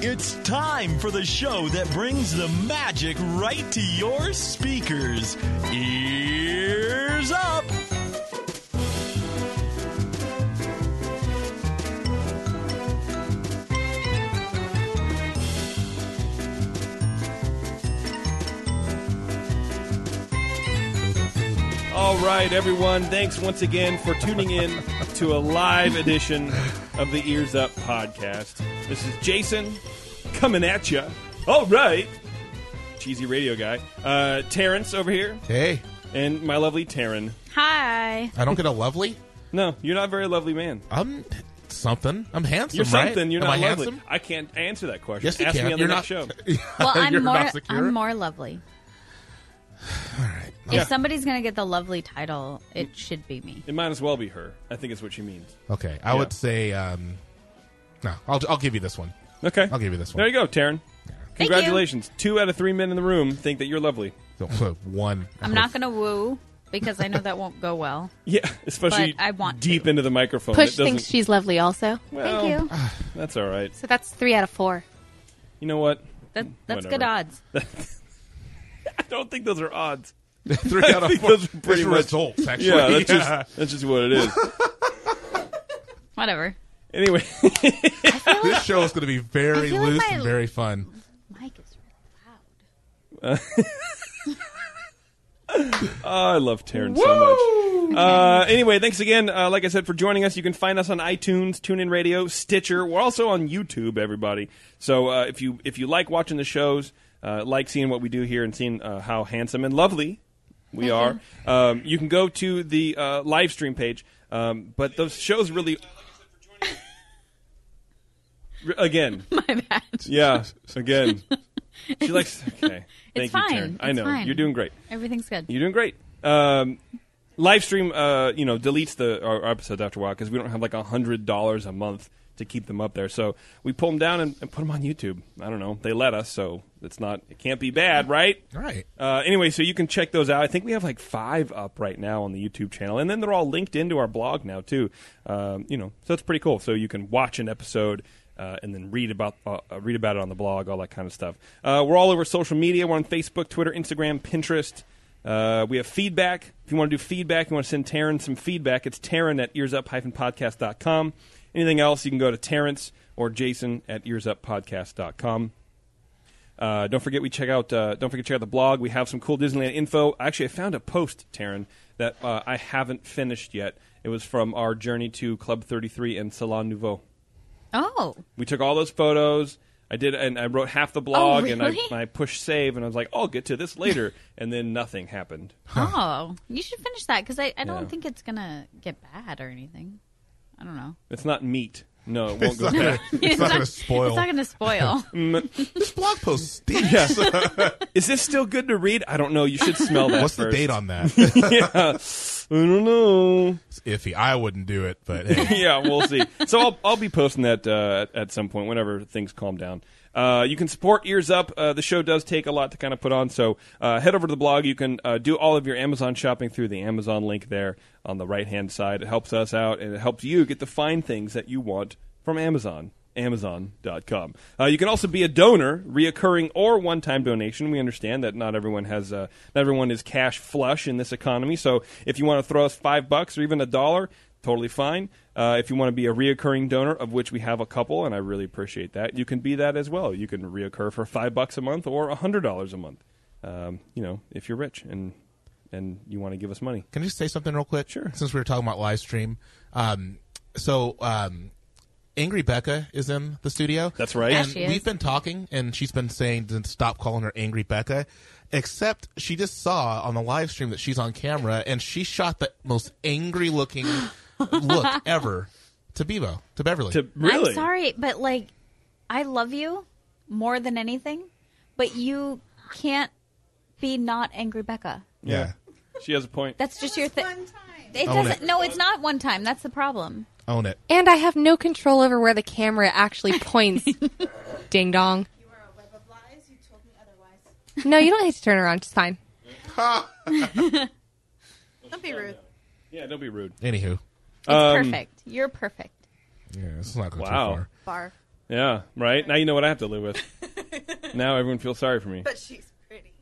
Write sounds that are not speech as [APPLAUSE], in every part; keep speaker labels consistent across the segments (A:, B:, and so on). A: It's time for the show that brings the magic right to your speakers. Ears up!
B: All right, everyone. Thanks once again for tuning in to a live edition of the Ears Up podcast. This is Jason coming at you. All right, cheesy radio guy. Uh, Terrence over here,
C: Hey,
B: and my lovely Taryn.
D: Hi.
C: I don't get a lovely.
B: No, you're not a very lovely man.
C: I'm something. I'm handsome.
B: You're
C: right?
B: something. You're
C: Am
B: not
C: I
B: lovely.
C: handsome?
B: I can't answer that question.
C: Yes, you
B: Ask
C: can.
B: me on
C: You're
B: the next
C: not-
B: show.
D: [LAUGHS] Well, I'm
C: You're
D: more
C: not secure.
D: I'm more lovely. If
B: Yeah.
D: somebody's gonna get the lovely title, it should be me.
B: It might as well be her. I think it's what she means.
C: Okay, I would say. Um, no, I'll I'll give you this one.
B: Okay,
C: I'll give you this one.
B: There you go, Taryn.
D: Thank you.
B: Congratulations. Two out of three men in the room think that you're lovely.
C: [LAUGHS] one.
D: I'm not gonna woo because I know that won't
E: [LAUGHS]
D: go well.
B: Yeah, especially
D: But I want
B: deep
D: to.
B: into the microphone.
E: Push
B: It doesn't-
E: thinks she's lovely also.
B: Well, ah.
D: Thank you.
B: That's all right.
E: So that's three out of four.
B: You know what?
D: That, that's
B: Whatever.
D: good odds.
B: [LAUGHS] I don't think those are odds. [LAUGHS]
C: Three out of
B: think
C: four.
B: those are pretty
C: It's
B: much-
C: results. Actually,
B: Yeah, that's just that's just what it [LAUGHS] is.
D: Whatever.
B: anyway,
C: [LAUGHS] this show is going to be very
D: I feel like
C: loose
D: my-
C: and very fun.
D: Mike is really
B: I love Taryn so much. Uh, anyway, thanks again, uh, like I said, for joining us. You can find us on iTunes, TuneIn Radio, Stitcher. We're also on YouTube, everybody. So uh, if you if you like watching the shows, uh, like seeing what we do here and seeing uh, how handsome and lovely we are, um, you can go to the uh, live stream page. Um, but those shows
D: [LAUGHS]
B: really. R- Again,
D: My bad.
B: Yeah,
D: [LAUGHS]
B: again. She likes. Okay. Thank you,
D: fine.
B: Taryn. I
D: It's
B: know.
D: fine.
B: You're doing great.
D: Everything's good.
B: You're doing great. Um, live stream, uh, you know, deletes the our our episodes after a while because we don't have like hundred dollars a month to keep them up there. So we pull them down and, and put them on YouTube. I don't know. They let us, so it's not. It can't be bad, right?
C: All right.
B: Uh, anyway, so you can check those out. I think we have like five up right now on the YouTube channel, and then they're all linked into our blog now too. Um, you know, so that's pretty cool. So you can watch an episode uh, and then read about uh, uh, read about it on the blog, all that kind of stuff. Uh, we're all over social media. We're on Facebook, Twitter, Instagram, Pinterest. Uh, we have feedback. If you want to do feedback, you want to send Taryn some feedback. It's Taryn at earsup-podcast.com. Anything else, you can go to Terrence or Jason at earsuppodcast.com. Uh, don't forget we check out. Uh, don't forget to check out the blog. We have some cool Disneyland info. Actually, I found a post, Taryn, that uh, I haven't finished yet. It was from our journey to Club Thirty Three and Salon Nouveau.
D: Oh,
B: We took all those photos. I did, and I wrote half the blog,
C: Oh,
B: and I,
D: really?
B: and I pushed save, and I was like, "I'll get to this
C: [LAUGHS]
B: later," and then nothing happened.
D: oh! You should finish that because I, I don't
B: Yeah.
D: think it's gonna get bad or anything. I don't know.
B: It's not meat. No, it
C: [LAUGHS]
B: won't
C: It's
B: go
C: not
D: [LAUGHS]
B: bad.
C: gonna- it's not going to spoil.
D: It's not gonna
B: [LAUGHS]
D: spoil. [LAUGHS]
C: This blog post stinks.
B: Is this still good to read? I don't know. You should
C: [LAUGHS]
B: smell that.
C: What's the
B: first.
C: date on that?
B: [LAUGHS]
C: It's
B: I don't know.
C: iffy. I wouldn't do it, but
B: [LAUGHS]
C: hey.
B: yeah, we'll see. So I'll, I'll be posting that uh, at some point whenever things calm down. Uh, you can support Ears Up. Uh, the show does take a lot to kind of put on, so uh, head over to the blog. You can uh, do all of your Amazon shopping through the Amazon link there on the right hand side. It helps us out and it helps you get to find things that you want from Amazon. Amazon.com. Uh, you can also be a donor, reoccurring or one-time donation. We understand that not everyone has, uh, not everyone is cash flush in this economy. So if you want to throw us five bucks or even a dollar, totally fine. Uh, if you want to be a reoccurring donor, of which we have a couple, and I really appreciate that, you can be that as well. You can reoccur for five bucks a month or a hundred dollars a month. Um, you know, if you're rich and and you want to give us money.
C: Can I just say something real quick? Sure. Since we were talking about live stream, um, so um, Angry Becca is in the studio.
B: That's right.
D: Yeah,
C: And
D: she is.
C: we've been talking, and she's been saying to stop calling her Angry Becca. Except she just saw on the live stream that she's on camera, and she shot the most angry
D: [LAUGHS]
C: looking look ever to Bebo to Beverly.
B: To really,
D: I'm sorry, but like, I love you more than anything, but you can't be not angry, Becca.
C: yeah.
B: she has a point.
D: That's just your thing. It
C: Own
D: doesn't.
C: it.
D: No, it's not one time. That's the problem.
C: own it.
E: And I have no control over where the camera
D: [LAUGHS]
E: actually points. Ding dong.
F: You are a web of lies. You told me otherwise.
E: No, you don't have to turn around. It's fine.
F: Don't be rude.
B: Yeah, don't be rude.
C: Anywho,
B: Um,
D: It's perfect. You're perfect.
C: yeah, it's not going
B: Wow.
C: too far.
F: Bar.
B: Yeah, right? Now you know what I have to live with. now everyone feels sorry for me.
F: But she's pretty.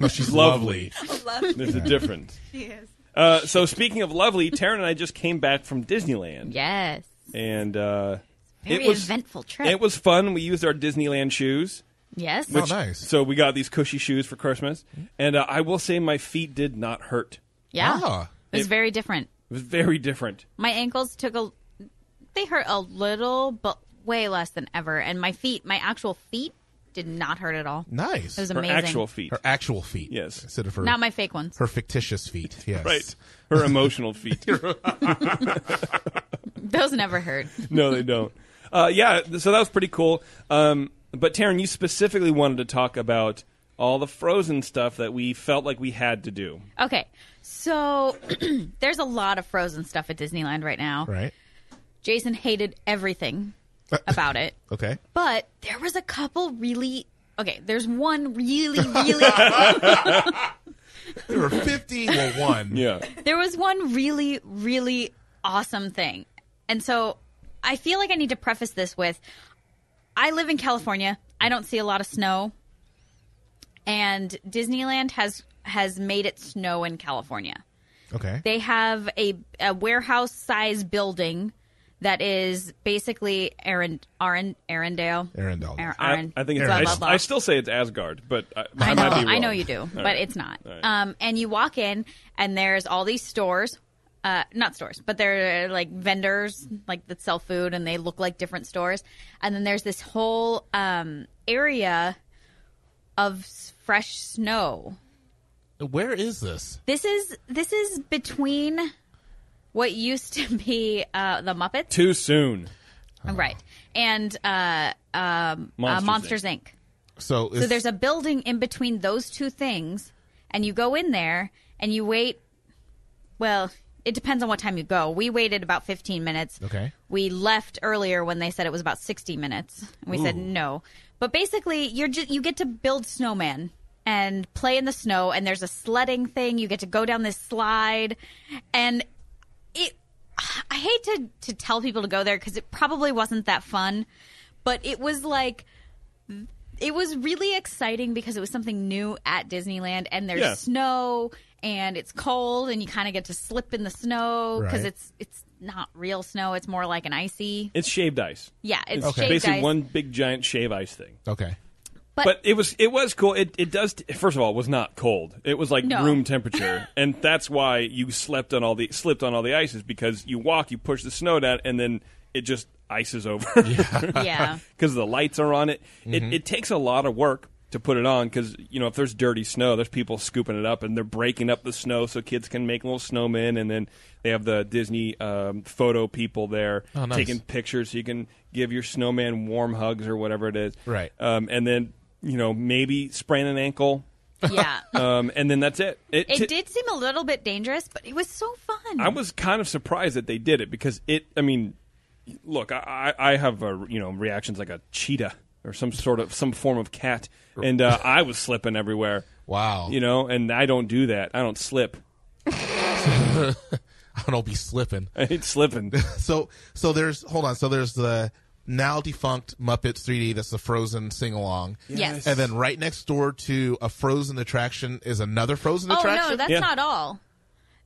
C: No, she's
B: Lovely.
C: lovely.
F: I love
B: There's a difference.
F: she is.
B: Uh, so speaking of lovely, Taryn and I just came back from Disneyland.
D: Yes.
B: And uh,
D: Very
B: it was
D: eventful trip.
B: it was fun. We used our Disneyland shoes.
D: yes.
C: Which- Oh, nice.
B: So we got these cushy shoes for Christmas. And uh, I will say my feet did not hurt.
D: yeah.
C: Ah.
D: It was
B: It-
D: very different.
B: It was very different.
D: My ankles took a they hurt a little, but way less than ever. And my feet, my actual feet, did not hurt at all.
C: Nice.
D: It was
B: Her
D: amazing.
B: actual feet.
C: her actual feet.
B: Yes.
C: Instead of her,
D: Not my fake ones.
C: her
B: [LAUGHS]
C: fictitious feet. Yes.
B: Right. Her emotional feet. [LAUGHS]
D: Those never hurt.
B: no, they don't. Uh, yeah, th- so that was pretty cool. Um, but Taryn, you specifically wanted to talk about all the Frozen stuff that we felt like we had to do.
D: Okay. So [CLEARS THROAT] there's a lot of frozen stuff at Disneyland right now.
C: Right. Uh,
D: Jason hated everything
C: [LAUGHS]
D: about it.
C: Okay.
D: But there was a couple really okay, there's one really,
C: [LAUGHS]
D: really
C: There were 50. Well, one.
B: Yeah,
D: there was one really, really awesome thing. And so I feel like I need to preface this with I live in California. I don't see a lot of snow. And Disneyland has has made it snow in California.
C: Okay.
D: They have a, a warehouse size building that is basically Arend, Arend, Arendale.
C: Arendelle.
D: Ar-
B: I,
D: Arend-
B: I think it's.
D: blah,
B: I,
D: blah,
B: s-
D: blah.
B: I still say it's Asgard, but I, I
D: I know,
B: might be wrong.
D: I know you do, but
B: right.
D: it's not.
B: right.
D: Um, and you walk in, and there's all these stores, uh, not stores, but they're like vendors, like that sell food, and they look like different stores. And then there's this whole um, area of s- fresh snow.
C: Where is this?
D: This is this is between what used to be uh, the Muppets,
B: Too
D: Uh,
B: soon.
D: right, and uh, um,
B: Monsters,
D: uh, Monsters Inc.
C: So, is,
D: So there's a building in between those two things, and you go in there and you wait. Well, it depends on what time you go. We waited about 15 minutes.
C: Okay.
D: We left earlier when they said it was about 60 minutes. And we said no. But basically, you're just, you get to build snowman and play in the snow, and there's a sledding thing. You get to go down this slide, and it. I hate to to tell people to go there because it probably wasn't that fun, but it was like it was really exciting because it was something new at Disneyland, and there's
B: Yeah.
D: snow and it's cold, and you kind of get to slip in the snow because
C: Right.
D: it's it's not real snow; it's more like an icy.
B: [LAUGHS] It's shaved ice.
D: Yeah, it's
C: Okay.
D: shaved
B: Basically,
D: ice.
B: one big giant shave ice thing.
C: okay.
B: But it was it was cool. It it does. First of all, it was not cold. It was like
D: No.
B: room temperature, and that's why you slept on all the slipped on all the ices because you walk, you push the snow down, and then it just ices over. [LAUGHS]
D: yeah,
B: because the lights are on it.
C: Mm-hmm.
B: It, it takes a lot of work to put it on because you know if there's dirty snow, there's people scooping it up and they're breaking up the snow so kids can make little snowmen, and then they have the Disney um, photo people there
C: Oh, nice.
B: taking pictures so you can give your snowman warm hugs or whatever it is.
C: Right.
B: um, and then you know maybe sprain an
C: [LAUGHS]
B: ankle,
D: yeah.
B: um, and then that's it.
D: it
B: ti-
D: did seem a little bit dangerous, but it was so fun.
B: I was kind of surprised that they did it because it. I mean, look, I, I I have a, you know reactions like a cheetah or some sort of some form of cat, and uh, I was slipping everywhere.
C: Wow. [LAUGHS]
B: You know, and I don't do that. I don't slip. [LAUGHS]
C: I don't be slipping.
B: I ain't slipping.
C: So, so there's, hold on. So there's the now defunct Muppets 3D that's the Frozen sing along.
D: Yes.
C: And then right next door to a Frozen attraction is another Frozen
D: oh
C: attraction.
D: no, that's
B: Yeah.
D: not all.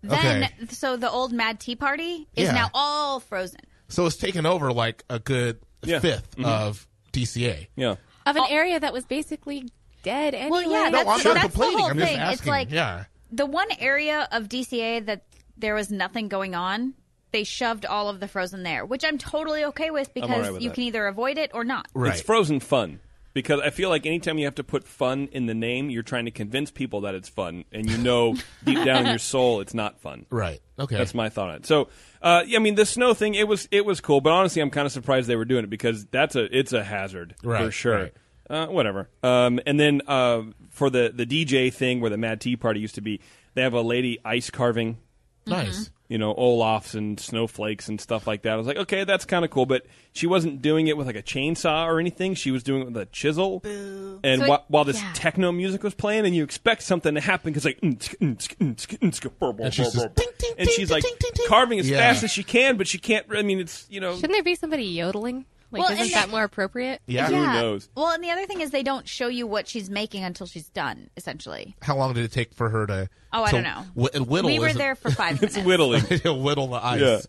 D: Then,
C: Okay.
D: so the old Mad Tea Party is
C: Yeah.
D: now all frozen.
C: so it's taken over like a good
B: Yeah. Mm-hmm.
C: 5th of DCA.
B: Yeah.
E: of an area that was basically dead anyway.
D: Well, yeah,
C: No,
D: that's,
C: I'm not
D: that's the
C: complaining.
D: whole
C: I'm
D: thing.
C: just asking.
D: It's like
C: yeah.
D: the one area of DCA that there was nothing going on, they shoved all of the Frozen there, which I'm totally okay with because
B: right with
D: you
B: that.
D: can either avoid it or not.
C: Right.
B: It's frozen fun. Because I feel like anytime you have to put fun in the name, you're trying to convince people that it's fun, and you know deep down in your soul it's not fun.
C: Right. Okay.
B: That's my thought on it. So, uh, yeah, I mean, the snow thing it was it was cool, but honestly, I'm kind of surprised they were doing it because that's a it's a hazard for
C: Right,
B: sure.
C: right.
B: Uh, whatever. Um, and then uh, for the the DJ thing where the Mad Tea Party used to be, they have a lady ice carving,
D: Mm-hmm.
C: nice.
B: you know, Olafs and snowflakes and stuff like that. I was like, okay, that's kind of cool, but she wasn't doing it with like a chainsaw or anything. She was doing it with a chisel. And
D: So
B: whi-
D: it-
B: while this
D: yeah.
B: techno music was playing, and you expect something to happen because like, and
C: And
B: she's
C: she's just ting, ting,
B: and
C: ting,
B: she's
C: ting,
B: like
C: ting, ting, ting.
B: carving as
C: Yeah.
B: fast as she can, but she can't. I mean, it's you know,
E: Shouldn't there be somebody yodeling? Like,
D: Well,
E: isn't
D: and
E: that
D: they-
E: more appropriate?
C: Yeah.
B: Who knows?
D: Well, and the other thing is they don't show you what she's making until she's done, essentially.
C: How long did it take for her to?
D: Oh, I
C: to
D: don't know.
C: whi- whittle
D: we were
C: isn't- [LAUGHS]
D: there for five
B: [LAUGHS]
D: minutes.
B: It's whittling.
C: to whittle the ice.
B: Yeah.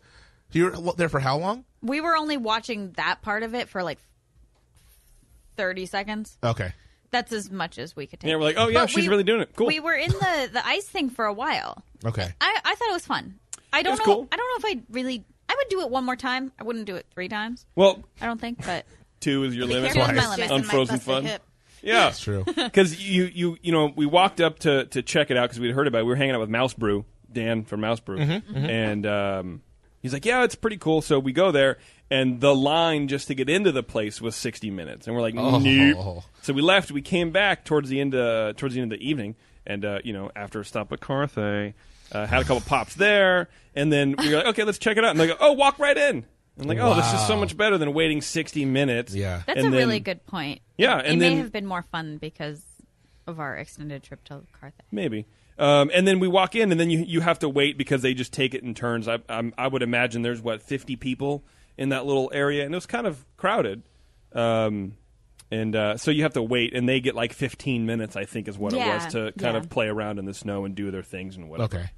C: You were wh- there for how long?
D: We were only watching that part of it for like 30 seconds.
C: Okay.
D: That's as much as we could take.
B: Yeah, we're like, oh, yeah,
D: But
B: she's
D: we-
B: really doing it. Cool.
D: We were in the, the ice thing for a while.
C: Okay.
D: I, I thought it was fun. I don't
B: was
D: know.
B: cool.
D: I don't know if I really. I would do it one more time. I wouldn't do it three times.
B: well,
D: I don't think, but [LAUGHS]
B: two is your limit.
D: careful
C: with my
D: limit.
B: On Frozen Fun. Yeah.
C: That's
B: [LAUGHS]
C: true. [LAUGHS]
B: Because you, you, you know, we walked up to, to check it out because we'd heard about it. We were hanging out with Mouse Brew, Dan from Mouse Brew.
C: Mm-hmm,
B: And um, he's like, yeah, it's pretty cool. So we go there, and the line just to get into the place was 60 minutes. And we're like,
C: Oh.
B: nope. So we left. We came back towards the end, uh, towards the end of the evening. And, uh, you know, after a stop at Carthay, uh, had a couple pops there. And then we were like, okay, let's check it out. And they go, oh, walk right in. I'm like, oh, this is so
C: Wow.
B: much better than waiting 60 minutes.
C: Yeah.
D: that's
B: And
D: a
B: then-
D: really good point.
B: Yeah,
D: it
B: and
D: may
B: then-
D: have been more fun because of our extended trip to Carthage.
B: Maybe. Um, and then we walk in, and then you you have to wait because they just take it in turns. I I'm, I would imagine there's what 50 people in that little area, and it was kind of crowded. Um, and uh, so you have to wait, and they get like 15 minutes, I think, is what
D: Yeah,
B: it was to kind
D: yeah.
B: of play around in the snow and do their things and whatever.
C: Okay.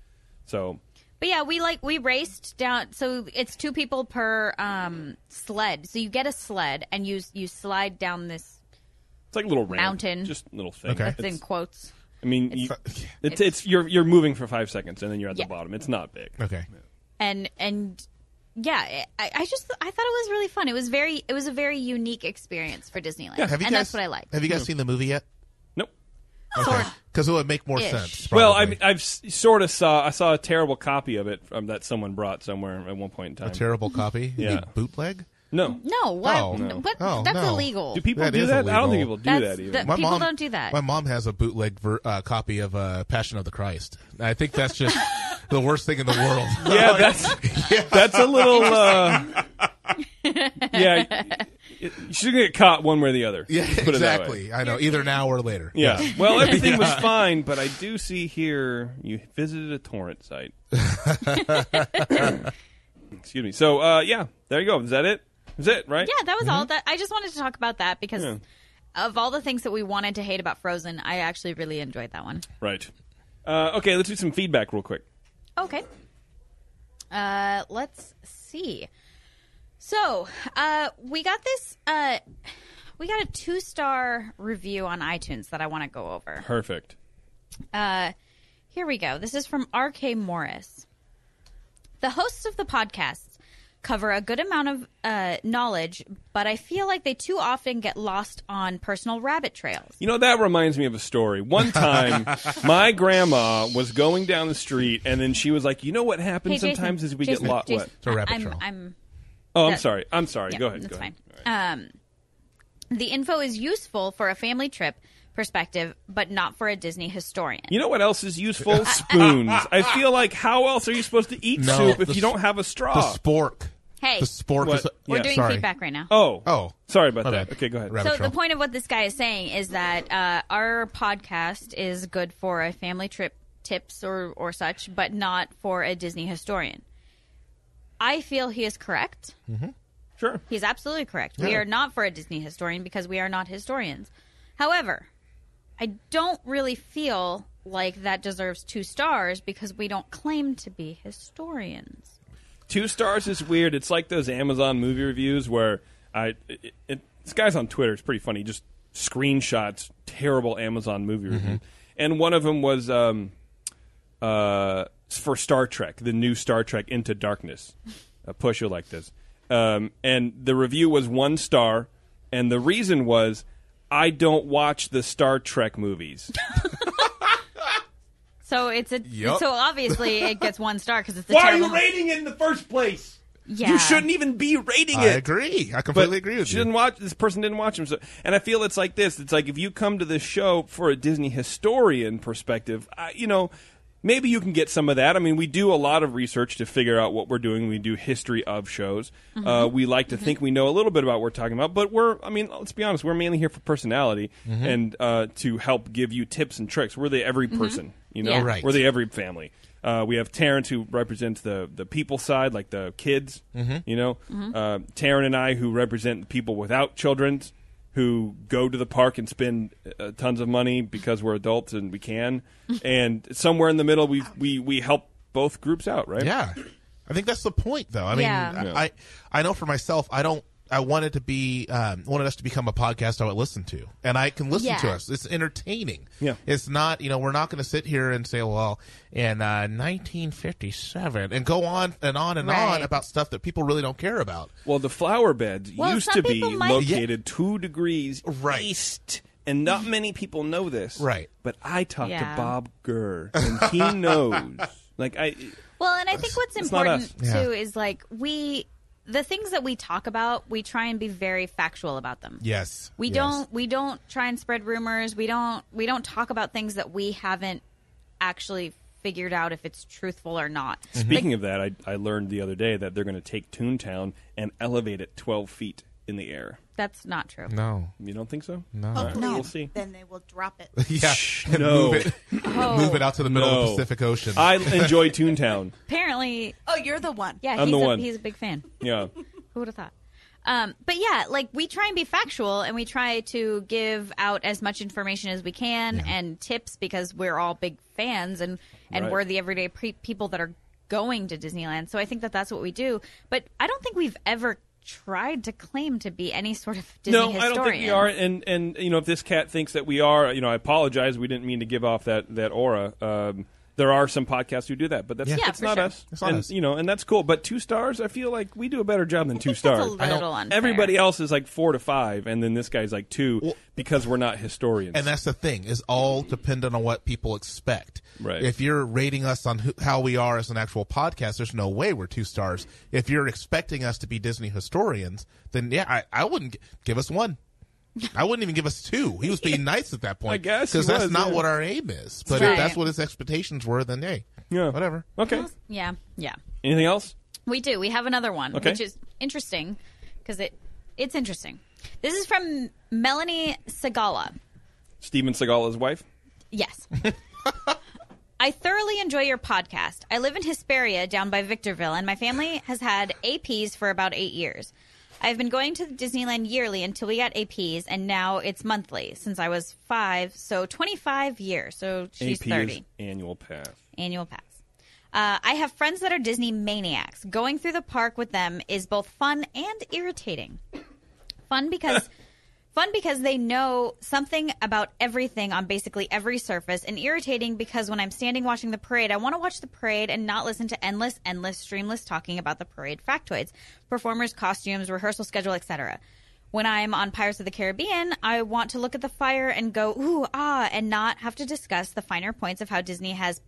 B: So
D: But yeah, we like we raced down. So it's two people per um, sled. So you get a sled and you you slide down this.
B: it's like a little ramp,
D: Mountain.
B: just a little thing.
C: Okay.
D: It's in
B: It's-
D: quotes.
B: I mean, you,
C: It's-
B: it's, it's you're you're moving for five seconds, and then you're at
D: Yeah.
B: the bottom. It's not big.
C: Okay.
D: and and yeah, I, I just I thought it was really fun. It was very it was a very unique experience for Disneyland,
C: Have you guys,
D: and that's what I liked.
C: Have you guys seen the movie yet?
B: Nope.
C: Okay. Because it would make more
D: Ish.
C: sense.
B: Well, I,
C: probably.
B: I've sort of saw I saw a terrible copy of it um, that someone brought somewhere at one point in time.
C: a terrible copy. You
B: Yeah.
C: mean bootleg.
B: no,
D: No, what?
C: Oh, no.
D: what?
C: Oh,
D: that's
C: no.
D: illegal.
B: do people
C: That
B: do
C: is
B: that? I don't think people
C: illegal.
B: do
D: That's
B: that even.
D: the- People don't do that.
C: My mom has a bootleg ver- uh, copy of uh, Passion of the Christ. I think that's
D: [LAUGHS]
C: just the worst thing in the world.
B: [LAUGHS] yeah, that's that's a little. Uh, yeah,
D: [LAUGHS]
B: y- y- she's gonna get caught one way or the other.
C: [LAUGHS] yeah,
B: Let's put it that way.
C: exactly. I know. Either now or later.
B: Yeah. Well, everything
C: [LAUGHS]
B: was fine, but I do see here you visited a torrent
C: [LAUGHS]
B: site. Excuse me. So, uh, yeah, there you go. Is that it? Is it right?
D: Yeah, that was
C: Mm-hmm.
D: all that I just wanted to talk about that because
B: Yeah.
D: of all the things that we wanted to hate about Frozen, I actually really enjoyed that one.
B: Right. Uh, okay, let's do some feedback real quick.
D: Okay. Uh, let's see. So, uh, we got this. Uh, we got a two-star review on iTunes that I want to go over.
B: Perfect.
D: Here we go. This is from R.K. Morris. The hosts of the podcasts cover a good amount of uh, knowledge, but I feel like they too often get lost on personal rabbit trails.
B: You know, that reminds me of a story. One
C: [LAUGHS]
B: time, my grandma was going down the street, and then she was like, You know what happens
D: Hey, Jason,
B: sometimes is we
D: Jason,
B: get lot.
D: Jason,
B: What?
C: It's a rabbit
D: I'm,
C: trail.
D: I'm-
B: Oh, I'm
D: that-
B: sorry. I'm sorry.
D: yeah,
B: go ahead.
D: That's
B: go
D: fine.
B: ahead.
D: Um, the info is useful for a family trip perspective, but not for a Disney historian.
B: You know what else is
D: [LAUGHS]
B: useful? Spoons. I feel like how else are you supposed to eat
C: No,
B: soup if
C: the
B: you
C: s-
B: don't have a
C: The
B: straw?
C: spork.
D: Hey,
C: The spork.
B: Oh. What?
C: Is,
D: we're
B: yeah,
D: doing
C: sorry.
D: feedback right now.
B: oh.
C: Oh.
B: Sorry about
C: My
B: that.
C: bad.
B: Okay, go ahead.
C: Rabbit
D: So
C: trail.
D: the point of what this guy is saying is that uh, our podcast is good for a family trip tips or or such, but not for a Disney historian. I feel he is correct.
B: Sure.
D: He's absolutely correct. We
C: Yeah.
D: are not for a Disney historian because we are not historians. However, I don't really feel like that deserves two stars because we don't claim to be historians.
B: Two stars is weird. It's like those Amazon movie reviews where I it, it, this guy's on Twitter. It's pretty funny. He Just screenshots terrible Amazon movie review, and one of them was um, uh, for Star Trek, the new Star Trek Into Darkness. A pusher like this, um, and the review was one star, and the reason was I don't watch the Star Trek movies.
D: So it's a
C: Yup.
D: so obviously it gets one star because it's a
B: Why are
D: terrible
B: you rating it in the first place?
D: Yeah.
B: You shouldn't even be rating
C: I
B: it.
C: agree. I completely agree with
B: she
C: you.
B: didn't watch this person didn't watch him so and i feel it's like this it's like if you come to this show for a disney historian perspective I, you know maybe you can get some of that i mean we do a lot of research to figure out what we're doing we do history of shows uh, we like to think we know a little bit about what we're talking about but we're i mean let's be honest we're mainly here for personality
C: Mm-hmm.
B: and uh, to help give you tips and tricks we're the every person you know
D: Yeah.
C: Right.
B: we're the every family Uh, we have Taryn who represents the the people side, like the kids.
C: Mm-hmm.
B: You know,
D: Mm-hmm.
B: uh, Taryn and I who represent people without children, who go to the park and spend uh, tons of money because we're adults and we
D: [LAUGHS]
B: can. and somewhere in the middle, we we we help both groups out, right?
C: Yeah, I think that's the point, though. I mean,
D: Yeah.
C: I, I I know for myself, I don't. I wanted to be um, wanted us to become a podcast I would listen to, and I can listen to
D: Yeah.
C: us. It's entertaining.
B: Yeah.
C: it's not. You know, we're not going to sit here and say, "Well, in uh, 1957," and go on and on and on
D: Right.
C: about stuff that people really don't care about.
B: Well, the flower beds
D: Well,
B: used
D: some
B: to be
D: people might-
B: located two degrees
C: Right.
B: east, and not many people know this.
C: Right.
B: But I talked
D: Mm-hmm. Yeah.
B: to Bob Gurr, and he
D: [LAUGHS]
B: knows. Like I,
D: Well, and I think what's
B: not
D: important
C: us.
D: too
C: Yeah.
D: is like we the things that we talk about, we try and be very factual about them.
C: Yes,
D: We
C: Yes.
D: don't we don't try and spread rumors. We don't we don't talk about things that we haven't actually figured out if it's truthful or not.
B: speaking of that, I, I learned the other day that they're going to take Toontown and elevate it twelve feet in the air.
D: That's not true.
C: No. [LAUGHS]
B: You don't think so?
D: Oh,
C: No.
B: All right,
F: No,
B: We'll see.
F: then they will drop it.
C: Yeah. and
B: no.
C: Move it.
D: Oh.
C: Move it out to the middle of
B: No.
C: the Pacific Ocean.
B: I enjoy Toontown.
D: Apparently,
F: [LAUGHS] Oh, you're the one.
D: yeah,
B: I'm
D: he's
B: the
D: a,
B: one.
D: he's a big fan.
B: Yeah.
D: Who would have thought? Um, but yeah, like we try and be factual and we try to give out as much information as we can and tips because we're all big fans and, and
B: Right.
D: we're the everyday pre- people that are going to Disneyland. So I think that that's what we do. But I don't think we've ever tried to claim to be any sort of Disney
B: no,
D: historian.
B: I don't think we are. And and you know, if this cat thinks that we are, you know, I apologize. We didn't mean to give off that that aura. Um, there are some podcasts who do that, but that's
C: Yeah. Yeah,
B: it's
D: for
B: not
D: sure.
B: us.
C: It's not
B: and
C: us.
B: you know, and that's cool. But two stars, I feel like we do a better job than two
D: [LAUGHS] That's a
B: stars.
D: little unfair.
B: Everybody else is like four to five, and then this guy's like two because we're not historians.
C: and that's the thing is all dependent on what people expect
B: Right.
C: if you're rating us on who, how we are as an actual podcast there's no way we're two stars if you're expecting us to be disney historians then yeah i, I wouldn't gi- give us one I wouldn't even give us two. He was being nice at that
B: [LAUGHS]
C: point.
B: I guess he
C: because that's
B: was,
C: not
B: yeah.
C: what our aim is. But
D: Right.
C: if that's what his expectations were, then hey,
B: yeah,
C: whatever.
B: Okay.
D: Yeah, yeah.
B: Anything else?
D: We do. We have another one,
B: Okay.
D: which is interesting because it it's interesting. This is from Melanie Segala.
B: Steven Seagal's wife.
D: Yes. I thoroughly enjoy your podcast. I live in Hesperia down by Victorville, and my family has had APs for about eight years. I've been going to Disneyland yearly until we got APs, and now it's monthly since I was five, so 25 years. So she's
B: AP 's
D: 30
B: annual pass.
D: annual pass. Uh, I have friends that are Disney maniacs. Going through the park with them is both fun and irritating. Fun because [LAUGHS] fun because they know something about everything on basically every surface, and irritating because when I'm standing watching the parade, I want to watch the parade and not listen to endless, endless, streamless talking about the parade factoids, performers, costumes, rehearsal schedule, etc. When I'm on Pirates of the Caribbean, I want to look at the fire and go, ooh, ah, and not have to discuss the finer points of how Disney has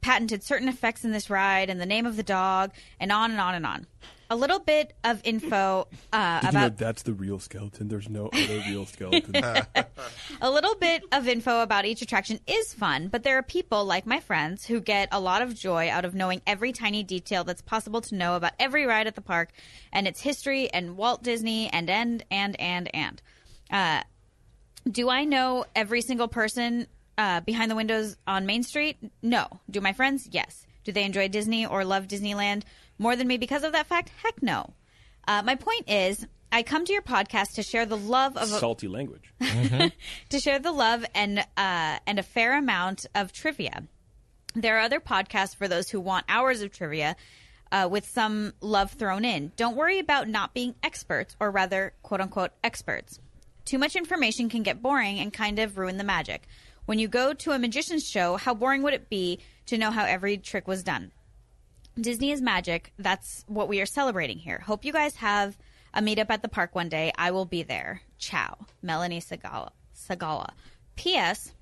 D: patented certain effects in this ride and the name of the dog and on and on and on. A little bit of info uh, about
B: that's the real skeleton. There's no other
D: [LAUGHS]
B: real skeleton.
D: a little bit of info about each attraction is fun, but there are people like my friends who get a lot of joy out of knowing every tiny detail that's possible to know about every ride at the park and its history and Walt Disney and and and and and. Uh, do I know every single person uh, behind the windows on Main Street? No. Do my friends? Yes. Do they enjoy Disney or love Disneyland more than me because of that fact? Heck no. Uh, my point is, I come to your podcast to share the love of a-
B: Salty language.
D: to share the love and uh, and a fair amount of trivia. There are other podcasts for those who want hours of trivia uh, with some love thrown in. Don't worry about not being experts, or rather, quote unquote, experts. Too much information can get boring and kind of ruin the magic. When you go to a magician's show, how boring would it be to know how every trick was done? Disney is magic. That's what we are celebrating here. Hope you guys have a meetup at the park one day. I will be there. Ciao. Melanie Sagala. Sagala. P.S.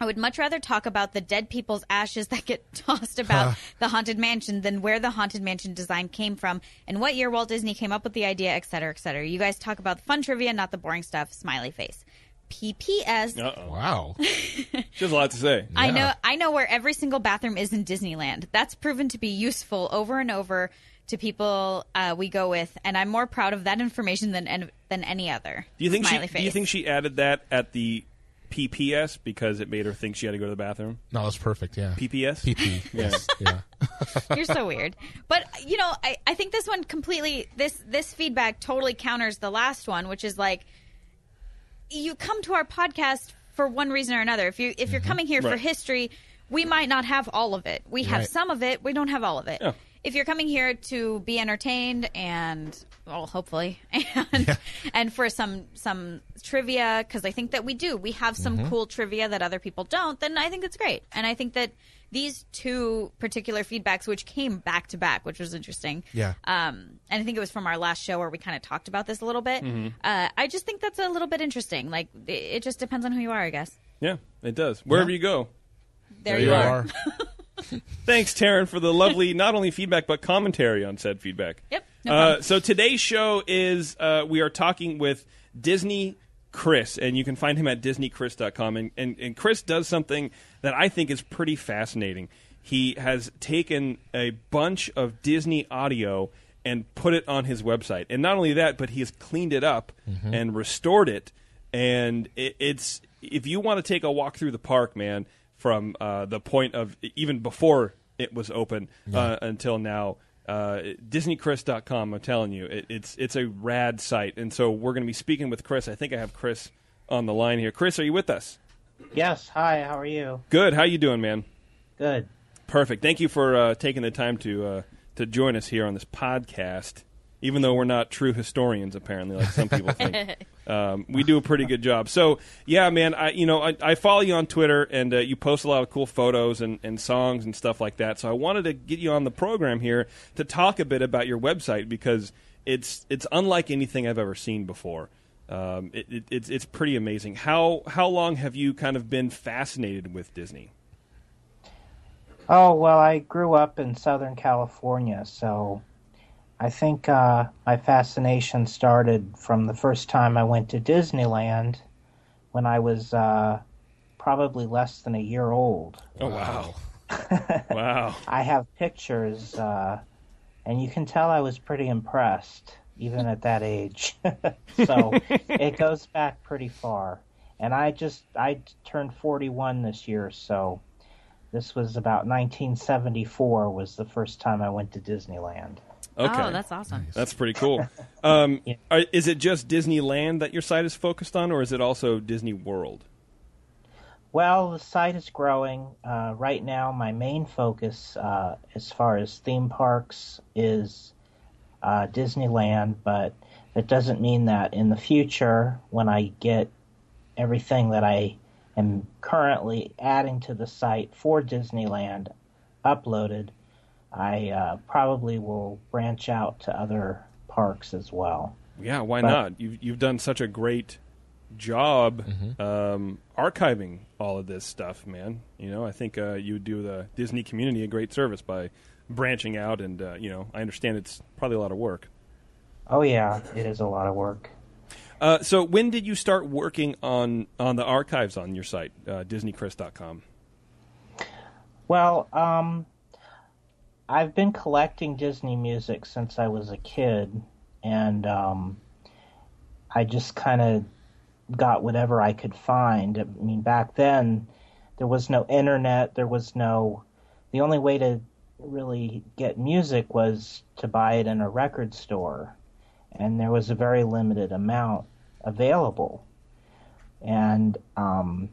D: I would much rather talk about the dead people's ashes that get [LAUGHS] tossed about the haunted mansion than where the haunted mansion design came from and what year Walt Disney came up with the idea, et cetera, et cetera. You guys talk about the fun trivia, not the boring stuff. Smiley face. P.P.S.
B: Uh oh.
C: Wow.
B: She has a lot to say.
D: I know
C: Yeah.
D: I know where every single bathroom is in Disneyland. That's proven to be useful over and over to people uh, we go with, and I'm more proud of that information than an- than any other.
B: Do you think
D: Smiley
B: she?
D: face.
B: Do you think she added that at the PPS because it made her think she had to go to the bathroom.
C: No, that's perfect. Yeah.
B: PPS?
C: PP.
B: [LAUGHS]
C: Yes. yeah.
D: You're so weird. But you know, I, I think this one completely this this feedback totally counters the last one, which is like you come to our podcast for one reason or another. If you if you're coming here for
B: Mm-hmm. Right.
D: history, we might not have all of it. We have
C: Right.
D: some of it, we don't have all of it.
B: Yeah.
D: If you're coming here to be entertained and well, hopefully, [LAUGHS] and and for some some trivia because I think that we do. We have
C: Mm-hmm.
D: some cool trivia that other people don't. Then I think it's great, and I think that these two particular feedbacks, which came back to back, which was interesting.
C: Yeah.
D: Um, and I think it was from our last show where we kind of talked about this a little bit.
B: Mm-hmm.
D: Uh, I just think that's a little bit interesting. Like it, it just depends on who you are, I guess.
B: Yeah, it does. Wherever you go.
D: There,
B: you are. Thanks, Taryn, for the
D: [LAUGHS]
B: lovely not only feedback but commentary on said feedback.
D: Yep, no
B: uh,
D: problem.
B: so today's show is uh, we are talking with Disney Chris, and you can find him at disneychris.com. And, and, and Chris does something that I think is pretty fascinating. He has taken a bunch of Disney audio and put it on his website. And not only that, but he has cleaned it up and restored it. And it, it's if you want to take a walk through the park, man, from uh, the point of even before it was open uh, until now. Uh, DisneyChris.com. I'm telling you, it, it's it's a rad site, and so we're going to be speaking with Chris. I think I have Chris on the line here. Chris, are you with us?
G: Yes. Hi. How are you?
B: Good. How you doing, man?
G: Good.
B: Perfect. Thank you for uh, taking the time to uh, to join us here on this podcast. Even though we're not true historians, apparently, like some people think, um, we do a pretty good job. So, yeah, man, I you know I, I follow you on Twitter, and uh, you post a lot of cool photos and, and songs and stuff like that. So, I wanted to get you on the program here to talk a bit about your website because it's it's unlike anything I've ever seen before. Um, it, it, it's it's pretty amazing. How how long have you kind of been fascinated with Disney?
G: Oh well, I grew up in Southern California, so I think uh, my fascination started from the first time I went to Disneyland when I was uh, probably less than a year old.
B: Oh wow, [LAUGHS] wow.
G: I have pictures, uh, and you can tell I was pretty impressed even at that age. [LAUGHS] so it goes back pretty far. And I just I turned 41 this year, so this was about 1974 was the first time I went to Disneyland.
B: Okay.
D: Oh, that's awesome.
B: That's pretty cool. [LAUGHS] Um, are, is it just Disneyland that your site is focused on, or is it also Disney World?
G: Well, the site is growing. Uh, right now, my main focus, uh, as far as theme parks, is uh, Disneyland, but that doesn't mean that in the future, when I get everything that I am currently adding to the site for Disneyland uploaded, I uh, probably will branch out to other parks as well.
B: Yeah, why not? You've, you've done such a great job um, archiving all of this stuff, man. You know, I think uh, you would do the Disney community a great service by branching out, and uh, you know, I understand it's probably a lot of work.
G: Oh, yeah, it is a lot of work.
B: Uh, so, when did you start working on on the archives on your site, uh, DisneyChris.com?
G: Well, um, I've been collecting Disney music since I was a kid, and um, I just kind of got whatever I could find. I mean, back then, there was no internet, there was no. The only way to really get music was to buy it in a record store, and there was a very limited amount available. And, um,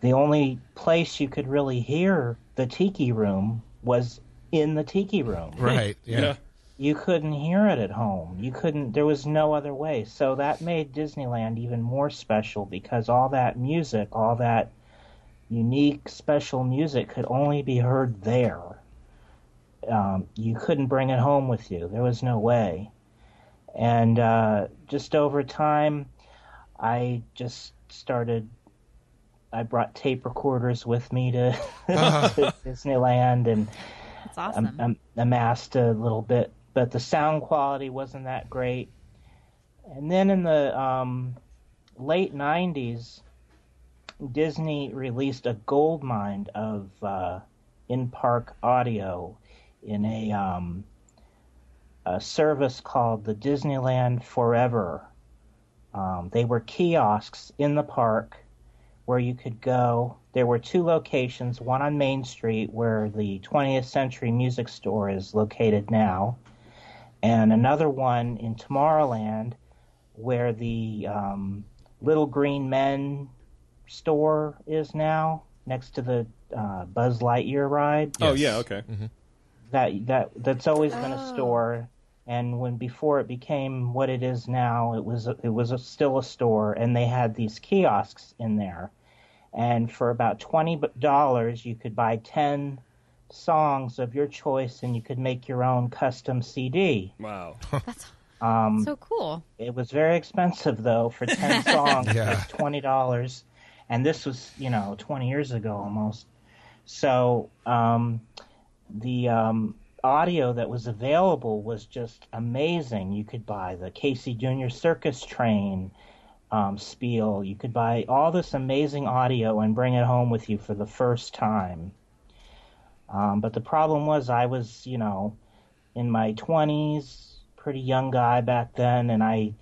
G: the only place you could really hear the tiki room was in the tiki room.
C: Right. Yeah.
G: You couldn't hear it at home. You couldn't there was no other way. So that made Disneyland even more special because all that music, all that unique special music could only be heard there. Um, you couldn't bring it home with you. There was no way. And uh, just over time, I just started. I brought tape recorders with me to, [LAUGHS] to Disneyland and
D: That's awesome.
G: am- amassed a little bit, but the sound quality wasn't that great. And then in the um, late '90s, Disney released a gold mine of uh, in-park audio in a, um, a service called the Disneyland Forever. Um, they were kiosks in the park where you could go. There were two locations, one on Main Street where the 20th Century Music Store is located now, and another one in Tomorrowland where the um, Little Green Men store is now next to the uh, Buzz Lightyear ride
B: Oh yeah, okay.
G: that that that's always been a store and when before it became what it is now it was it was a, still a store and they had these kiosks in there and for about $20 you could buy 10 songs of your choice and you could make your own custom CD
B: [LAUGHS] Wow.
D: so cool.
G: it was very expensive though for 10 songs
C: Yeah.
G: it was $20 and this was you know 20 years ago almost so um, the um, audio that was available was just amazing you could buy the casey junior circus train um, spiel you could buy all this amazing audio and bring it home with you for the first time um, but the problem was i was you know in my 20s, pretty young guy back then, and I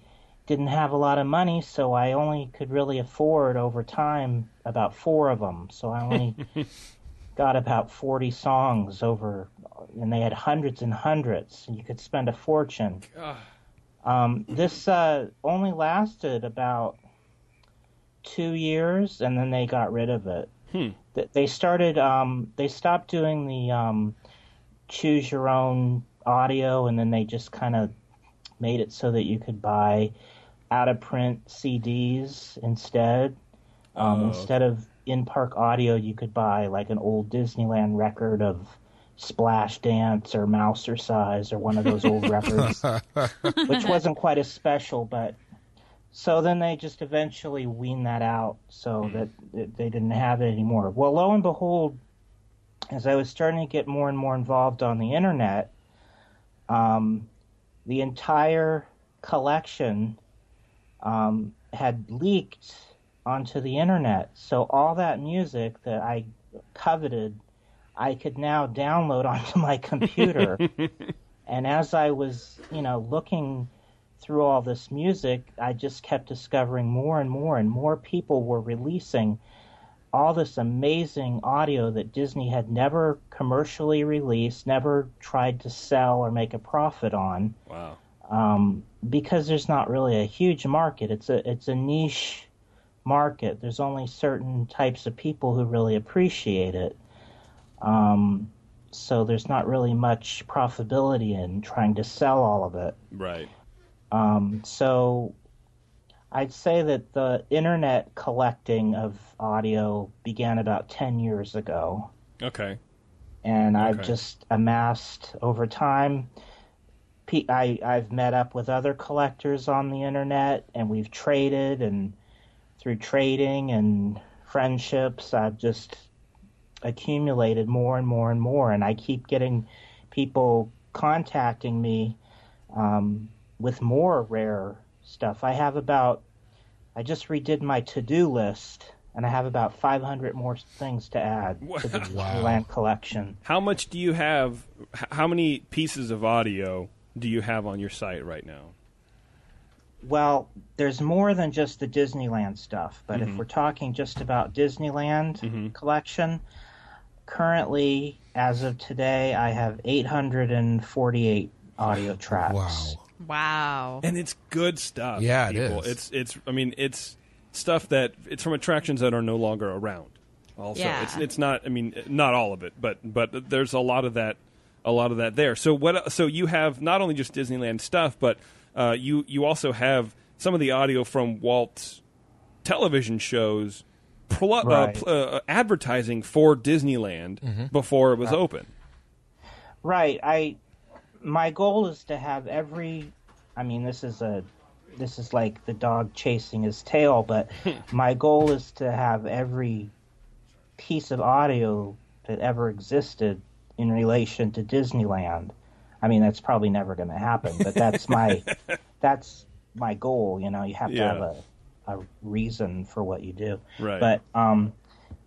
G: didn't have a lot of money, so I only could really afford over time about four of them. So I only got about 40 songs over, and they had hundreds and hundreds, and you could spend a fortune. Um, this uh, only lasted about two years, and then they got rid of it. Th- They started. Um, they stopped doing the um, choose your own audio and then they just kind of made it so that you could buy out of print CDs instead. Um, instead of in park audio, you could buy like an old Disneyland record of Splash Dance or Mouser Size or one of those old records, which wasn't quite as special, but. So then they just eventually weaned that out so that that they didn't have it anymore. Well, lo and behold, as I was starting to get more and more involved on the internet, um, the entire collection um, had leaked onto the internet. So all that music that I coveted, I could now download [LAUGHS] onto my computer. and as I was, you know, looking through all this music, I just kept discovering more and more, and more people were releasing all this amazing audio that Disney had never commercially released, never tried to sell or make a profit on,
B: Wow.
G: um, because there's not really a huge market. It's a it's a niche market. There's only certain types of people who really appreciate it. Um, so there's not really much profitability in trying to sell all of it.
B: Right.
G: Um, so I'd say that the internet collecting of audio began about 10 years ago.
B: Okay.
G: And I've
B: Okay.
G: just amassed over time. pe- I, have met up with other collectors on the internet and we've traded. And through trading and friendships, I've just accumulated more and more and more. And I keep getting people contacting me um, with more rare stuff. I have about, I just redid my to do list, and I have about 500 more things to add to the Disneyland collection.
B: How much do you have? h- How many pieces of audio do you have on your site right now?
G: Well, there's more than just the Disneyland stuff, but if we're talking just about Disneyland collection, currently, as of today, I have 848 audio tracks.
C: Wow.
D: Wow.
B: and it's good stuff.
C: Yeah, it
B: people.
C: is.
B: It's it's. I mean, it's stuff that it's from attractions that are no longer around. Also,
D: Yeah.
B: it's it's not. I mean, not all of it, but but there's a lot of that. A lot of that there. So what? So you have not only just Disneyland stuff, but uh, you you also have some of the audio from Walt's television shows. Pl- uh,
G: Right.
B: pl- uh, advertising for Disneyland
C: Mm-hmm.
B: before it was open.
G: Right. I my goal is to have every I mean this is a this is like the dog chasing his tail, but my goal is to have every piece of audio that ever existed in relation to Disneyland. I mean that's probably never going to happen, but that's my that's my goal, you know, you have to
B: Yeah.
G: have a a reason for what you do.
B: Right.
G: But um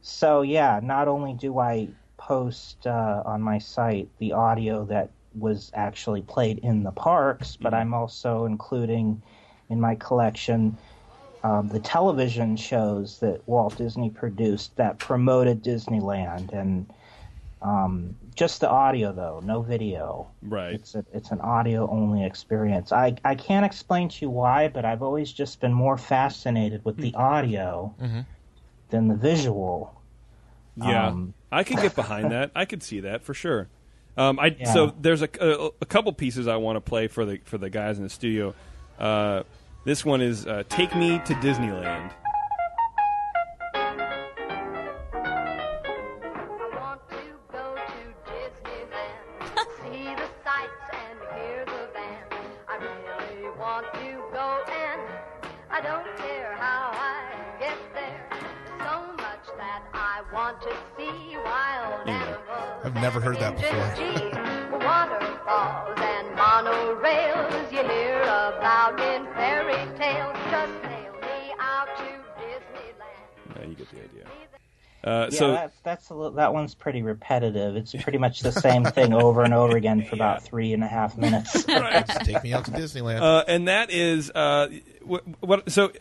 G: so yeah, not only do I post uh, on my site the audio that was actually played in the parks, but I'm also including in my collection um, the television shows that Walt Disney produced that promoted Disneyland, and um, just the audio though, no video.
B: Right.
G: It's a, it's an audio only experience. I I can't explain to you why, but I've always just been more fascinated with
B: Hmm.
G: the audio
B: Mm-hmm.
G: than the visual.
B: Yeah,
G: Um,
B: I could get behind that. I could see that for sure. Um, I so
G: Yeah.
B: there's a, a, a couple pieces I want to play for the for the guys in the studio. Uh, this one is uh, "Take Me to Disneyland."
H: I want to go to Disneyland, see the sights and hear the band. I really want to go and I don't care how I get there. There's so much that I want to see wild animals.
C: I've never heard that
H: and
C: before.
H: gypsies, Waterfalls and monorails you hear about in fairy tales. Just sail me out to Disneyland.
B: Yeah, you get the idea. Uh,
G: Yeah,
B: so
G: that's that's a, li- that one's pretty repetitive. [LAUGHS] It's pretty much the same thing over and over again for
B: [LAUGHS]
G: about three and a half [LAUGHS] minutes.
C: Just take me out to Disneyland.
B: uh, and that is uh, what, what. So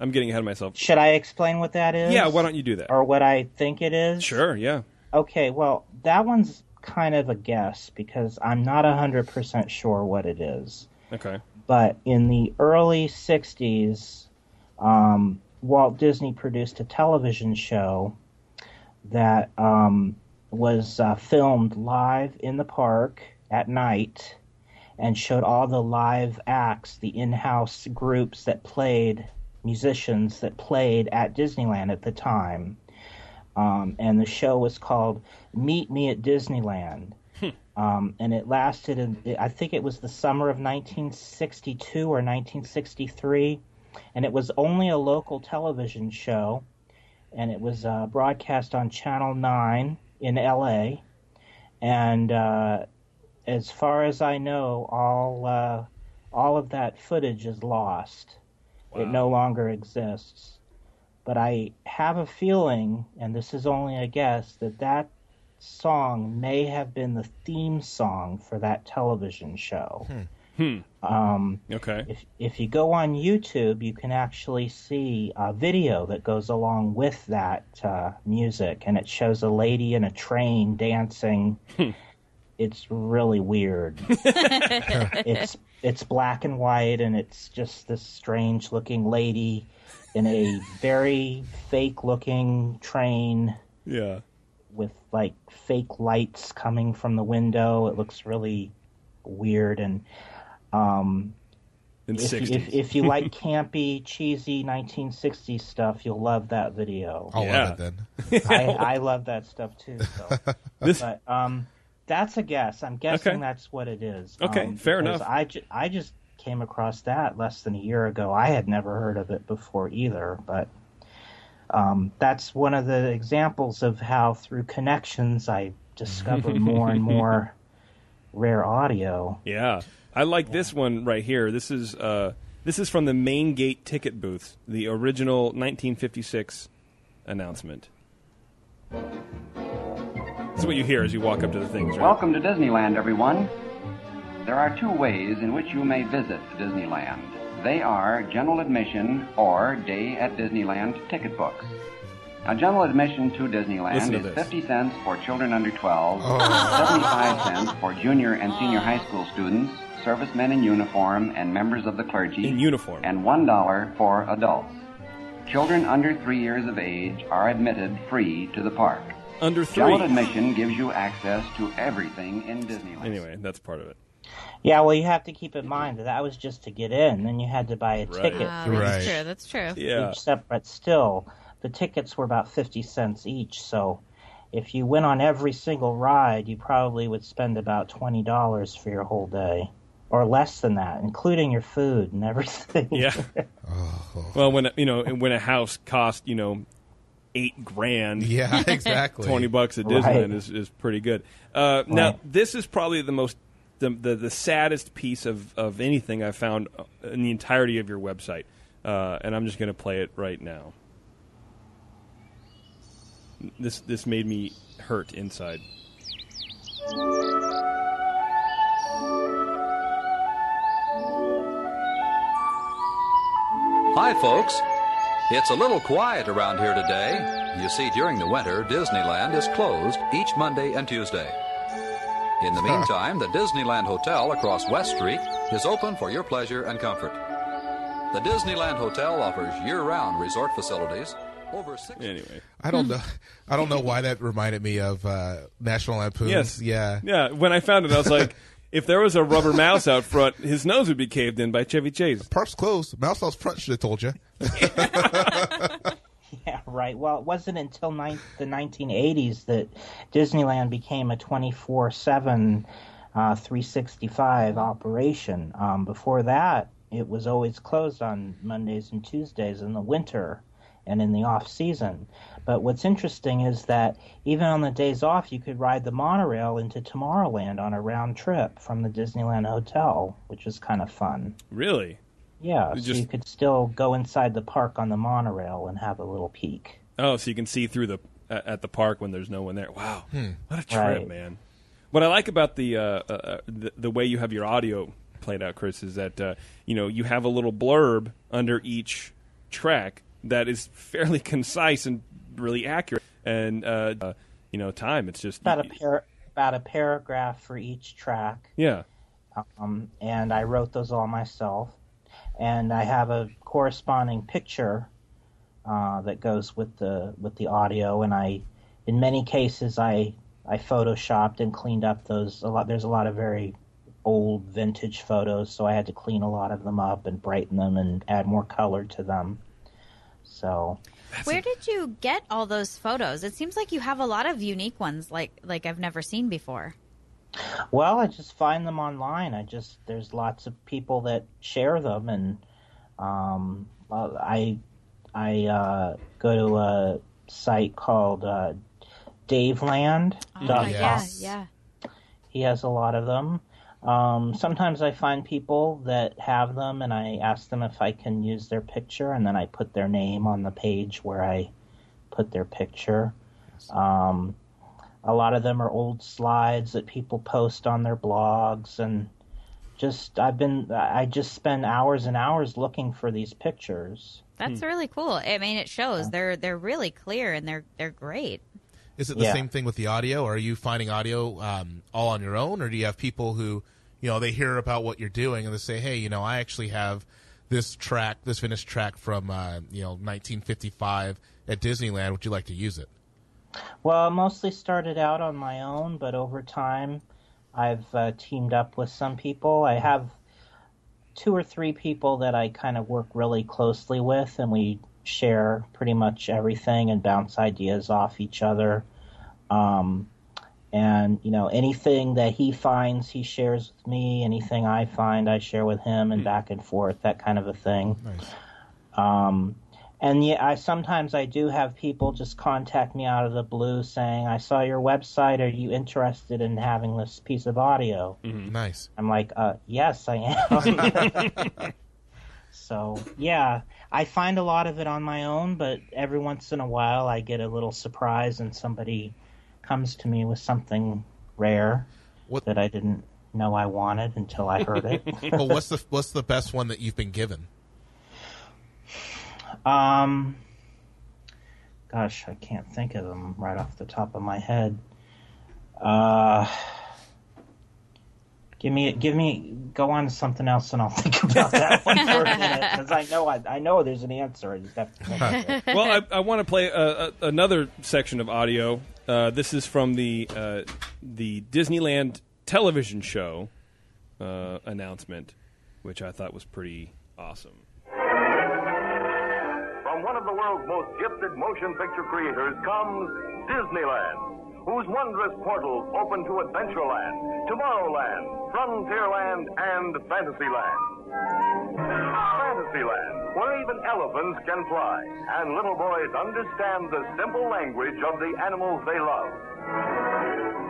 B: I'm getting ahead of myself.
G: Should I explain what that is?
B: Yeah, why don't you do that?
G: Or what I think it is?
B: Sure. Yeah.
G: Okay, well, that one's kind of a guess because I'm not 100% sure what it is.
B: Okay.
G: But in the early 60s, um, Walt Disney produced a television show that um, was uh, filmed live in the park at night and showed all the live acts, the in house groups that played, musicians that played at Disneyland at the time. Um, and the show was called Meet Me at Disneyland. Um, and it lasted, in, I think it was the summer of 1962 or 1963. And it was only a local television show. And it was uh, broadcast on Channel 9 in LA. And uh, as far as I know, all, uh, all of that footage is lost. It no longer exists but I have a feeling, and this is only a guess, that that song may have been the theme song for that television show. [LAUGHS]
B: Okay.
G: If if you go on YouTube, you can actually see a video that goes along with that uh, music, and it shows a lady in a train dancing. it's really weird. it's it's black and white, and it's just this strange looking lady in a very fake looking train
B: Yeah.
G: with like fake lights coming from the window. It looks really weird and um
B: In the
G: if, you- if,
B: 60s.
G: if you like campy, cheesy 1960s stuff, you'll love that video.
C: I'll
B: yeah.
C: love it then.
G: I, I love that stuff too. So.
B: This-
G: but um, that's a guess. I'm guessing
B: Okay.
G: that's what it is.
B: Okay,
G: um,
B: fair
G: because
B: enough.
G: I, ju- I just came across that less than a year ago. I had never heard of it before either, but um, that's one of the examples of how through connections I
B: [LAUGHS]
G: discover more and more rare audio.
B: Yeah, I like this one right here. This is uh, this is from the main gate ticket booth, the original 1956 announcement. This is what you hear as you walk up to the things. Right?
I: Welcome to Disneyland, everyone. There are two ways in which you may visit Disneyland. They are general admission or day at Disneyland ticket books. Now, general admission to
B: Listen
I: Disneyland
B: to
I: is
B: this. Oh.
I: 50 cents for children under 12, 75 cents for junior and senior high school students, servicemen in uniform, and members of the clergy,
B: In uniform.
I: and $1 for adults. Children under three years of age are admitted free to the park.
B: Under
I: General
B: three.
I: admission gives you access to everything in Disneyland.
B: Anyway, that's part of it.
G: Yeah, well, you have to keep in mind that that was just to get in. Then you had to buy a
B: Mm-hmm. Right.
G: ticket
D: Wow,
G: for
C: Right.
D: That's true. That's true.
B: Yeah,
G: each separate still the tickets were about 50 cents each so if you went on every single ride you probably would spend about $20 for your whole day or less than that including your food and [LAUGHS] everything
B: yeah. Well, when a- you know when a house cost you know eight grand,
C: Yeah, exactly.
B: twenty bucks at Disneyland
G: Right.
B: is, is pretty good. Uh, Now
G: Right.
B: this is probably the most the, the the saddest piece of of anything I found in the entirety of your website, uh, and I'm just going to play it right now. This this made me hurt inside.
J: Hi, folks. It's a little quiet around here today. You see, during the winter, Disneyland is closed each Monday and Tuesday. In the meantime, the Disneyland Hotel across West Street is open for your pleasure and comfort. The Disneyland Hotel offers year round resort facilities. Over six.
B: Anyway.
C: I don't know. I don't know why that reminded me of uh, National
G: [LAUGHS]
C: Lampoon's.
B: Yes.
C: Yeah.
B: Yeah. When I found it, I was like, [LAUGHS] if there was a rubber mouse out front, his nose would be caved in by Chevy Chase.
C: Park's closed. Mouse House Front should have told you.
G: [LAUGHS] Yeah, right. Well, it wasn't until nine the 1980s that Disneyland became a 24 7, uh, 365 operation. Um, before that, it was always closed on Mondays and Tuesdays in the winter and in the off season. But what's interesting is that even on the days off, you could ride the monorail into Tomorrowland on a round trip from the Disneyland Hotel, which was kind of fun.
B: Really?
G: Yeah, so
B: just-
G: you could still go inside the park on the monorail and have a little peek.
B: Oh, so you can see through the uh, at the park when there's no one there. Wow, what a trip,
G: Right.
B: man! What I like about the, uh, uh, uh, the the way you have your audio played out, Chris, is that uh, you know you have a little blurb under each track that is fairly [LAUGHS] concise and really accurate, and uh, uh, you know time. It's just
G: about a par- about a paragraph for each track,
B: yeah,
G: um, and I wrote those all myself. And I have a corresponding picture uh, that goes with the with the audio. And I, in many cases, I I photoshopped and cleaned up those a lot. There's a lot of very old vintage photos, so I had to clean a lot of them up and brighten them and add more color to them. So
D: Where did you get all those photos? It seems like you have a lot of unique ones, like like I've never seen before.
G: Well, I just find them online. I just there's lots of people that share them, and um, well, I I uh, go to a site called uh, Daveland.
D: Oh,
G: dot com.
C: Yes.
D: Yeah, yeah.
G: He has a lot of them. Um, sometimes I find people that have them, and I ask them if I can use their picture, and then I put their name on the page where I put their picture. Um, a lot of them are old slides that people post on their blogs and just i've been i just spend hours and hours looking for these pictures
D: That's really cool. I mean, it shows they're they're really clear and they're they're great.
C: Is it the
G: Yeah.
C: same thing with the audio? Are you finding audio um, all on your own, or do you have people who, you know, they hear about what you're doing and they say, "Hey, you know, I actually have this track, this finished track from, uh, you know, 1955 at Disneyland. Would you like to use it?"
G: well i mostly started out on my own but over time i've uh, teamed up with some people i have two or three people that i kind of work really closely with and we share pretty much everything and bounce ideas off each other um, and you know anything that he finds he shares with me anything i find i share with him and back and forth that kind of a thing um, and yeah i sometimes i do have people just contact me out of the blue saying i saw your website are you interested in having this piece of audio
C: Mm. Hmm. Nice.
G: I'm like, uh, yes, I am. [LAUGHS] so yeah, I find a lot of it on my own, but every once in a while I get a little surprise and somebody comes to me with something rare [LAUGHS]
C: What-
G: that I didn't know I wanted until I heard it.
C: well, what's the what's the best one that you've been given?
G: um, gosh, I can't think of them right off the top of my head. Uh. Give me, give me, go on to something else, and I'll [LAUGHS] think about that one for a minute because I know, I, I know there's an answer. I just have to
C: [LAUGHS]
G: think of it.
B: well, I, I want to play uh, a, another section of audio. Uh, this is from the uh, the Disneyland television show uh, announcement, which I thought was pretty awesome.
K: From one of the world's most gifted motion picture creators comes Disneyland, whose wondrous portals open to Adventureland, Tomorrowland, Frontierland, and Fantasyland. Fantasyland, where even elephants can fly, and little boys understand the simple language of the animals they love.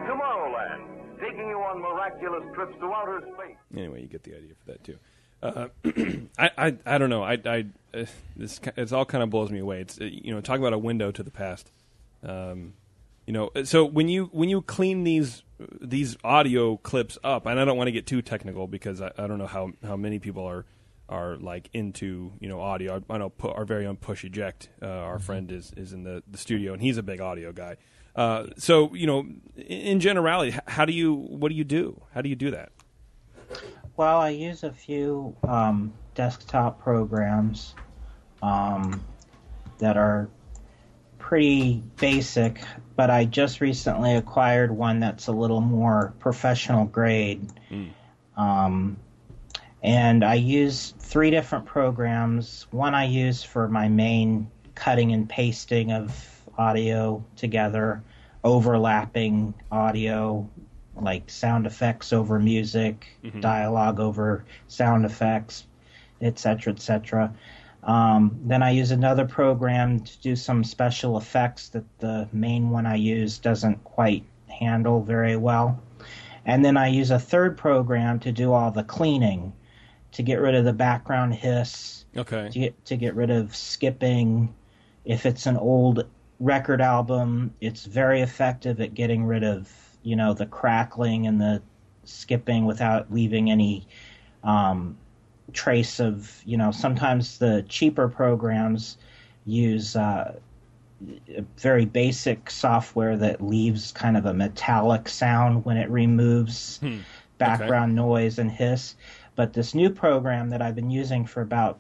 K: Tomorrowland, taking you on miraculous trips to outer space.
B: Anyway, you get the idea for that too. Uh, [CLEARS THROAT] I, I I don't know. I I uh, this ki- it's all kind of blows me away. It's uh, you know talk about a window to the past. Um, you know, uh, so when you when you clean these these audio clips up, and I don't want to get too technical because I, I don't know how how many people are are like into you know audio. I, I know pu- our very own Push Eject, uh, our friend is is in the, the studio, and he's a big audio guy. Uh, so you know, in, in generality, h- how do you what do you do? How do you do that?
G: Well, I use a few um, desktop programs um, that are pretty basic, but I just recently acquired one that's a little more professional grade. Um, and I use three different programs. One I use for my main cutting and pasting of audio together, overlapping audio, like sound effects over music,
L: Mhm.
G: dialogue over sound effects, etc., etc. Um, then I use another program to do some special effects that the main one I use doesn't quite handle very well. And then I use a third program to do all the cleaning, to get rid of the background hiss,
B: Okay.
G: to get to get rid of skipping. If it's an old record album, it's very effective at getting rid of you know the crackling and the skipping without leaving any um, trace of you know. Sometimes the cheaper programs use. Uh, very basic software that leaves kind of a metallic sound when it removes
L: Hmm.
G: background noise and hiss. But this new program that I've been using for about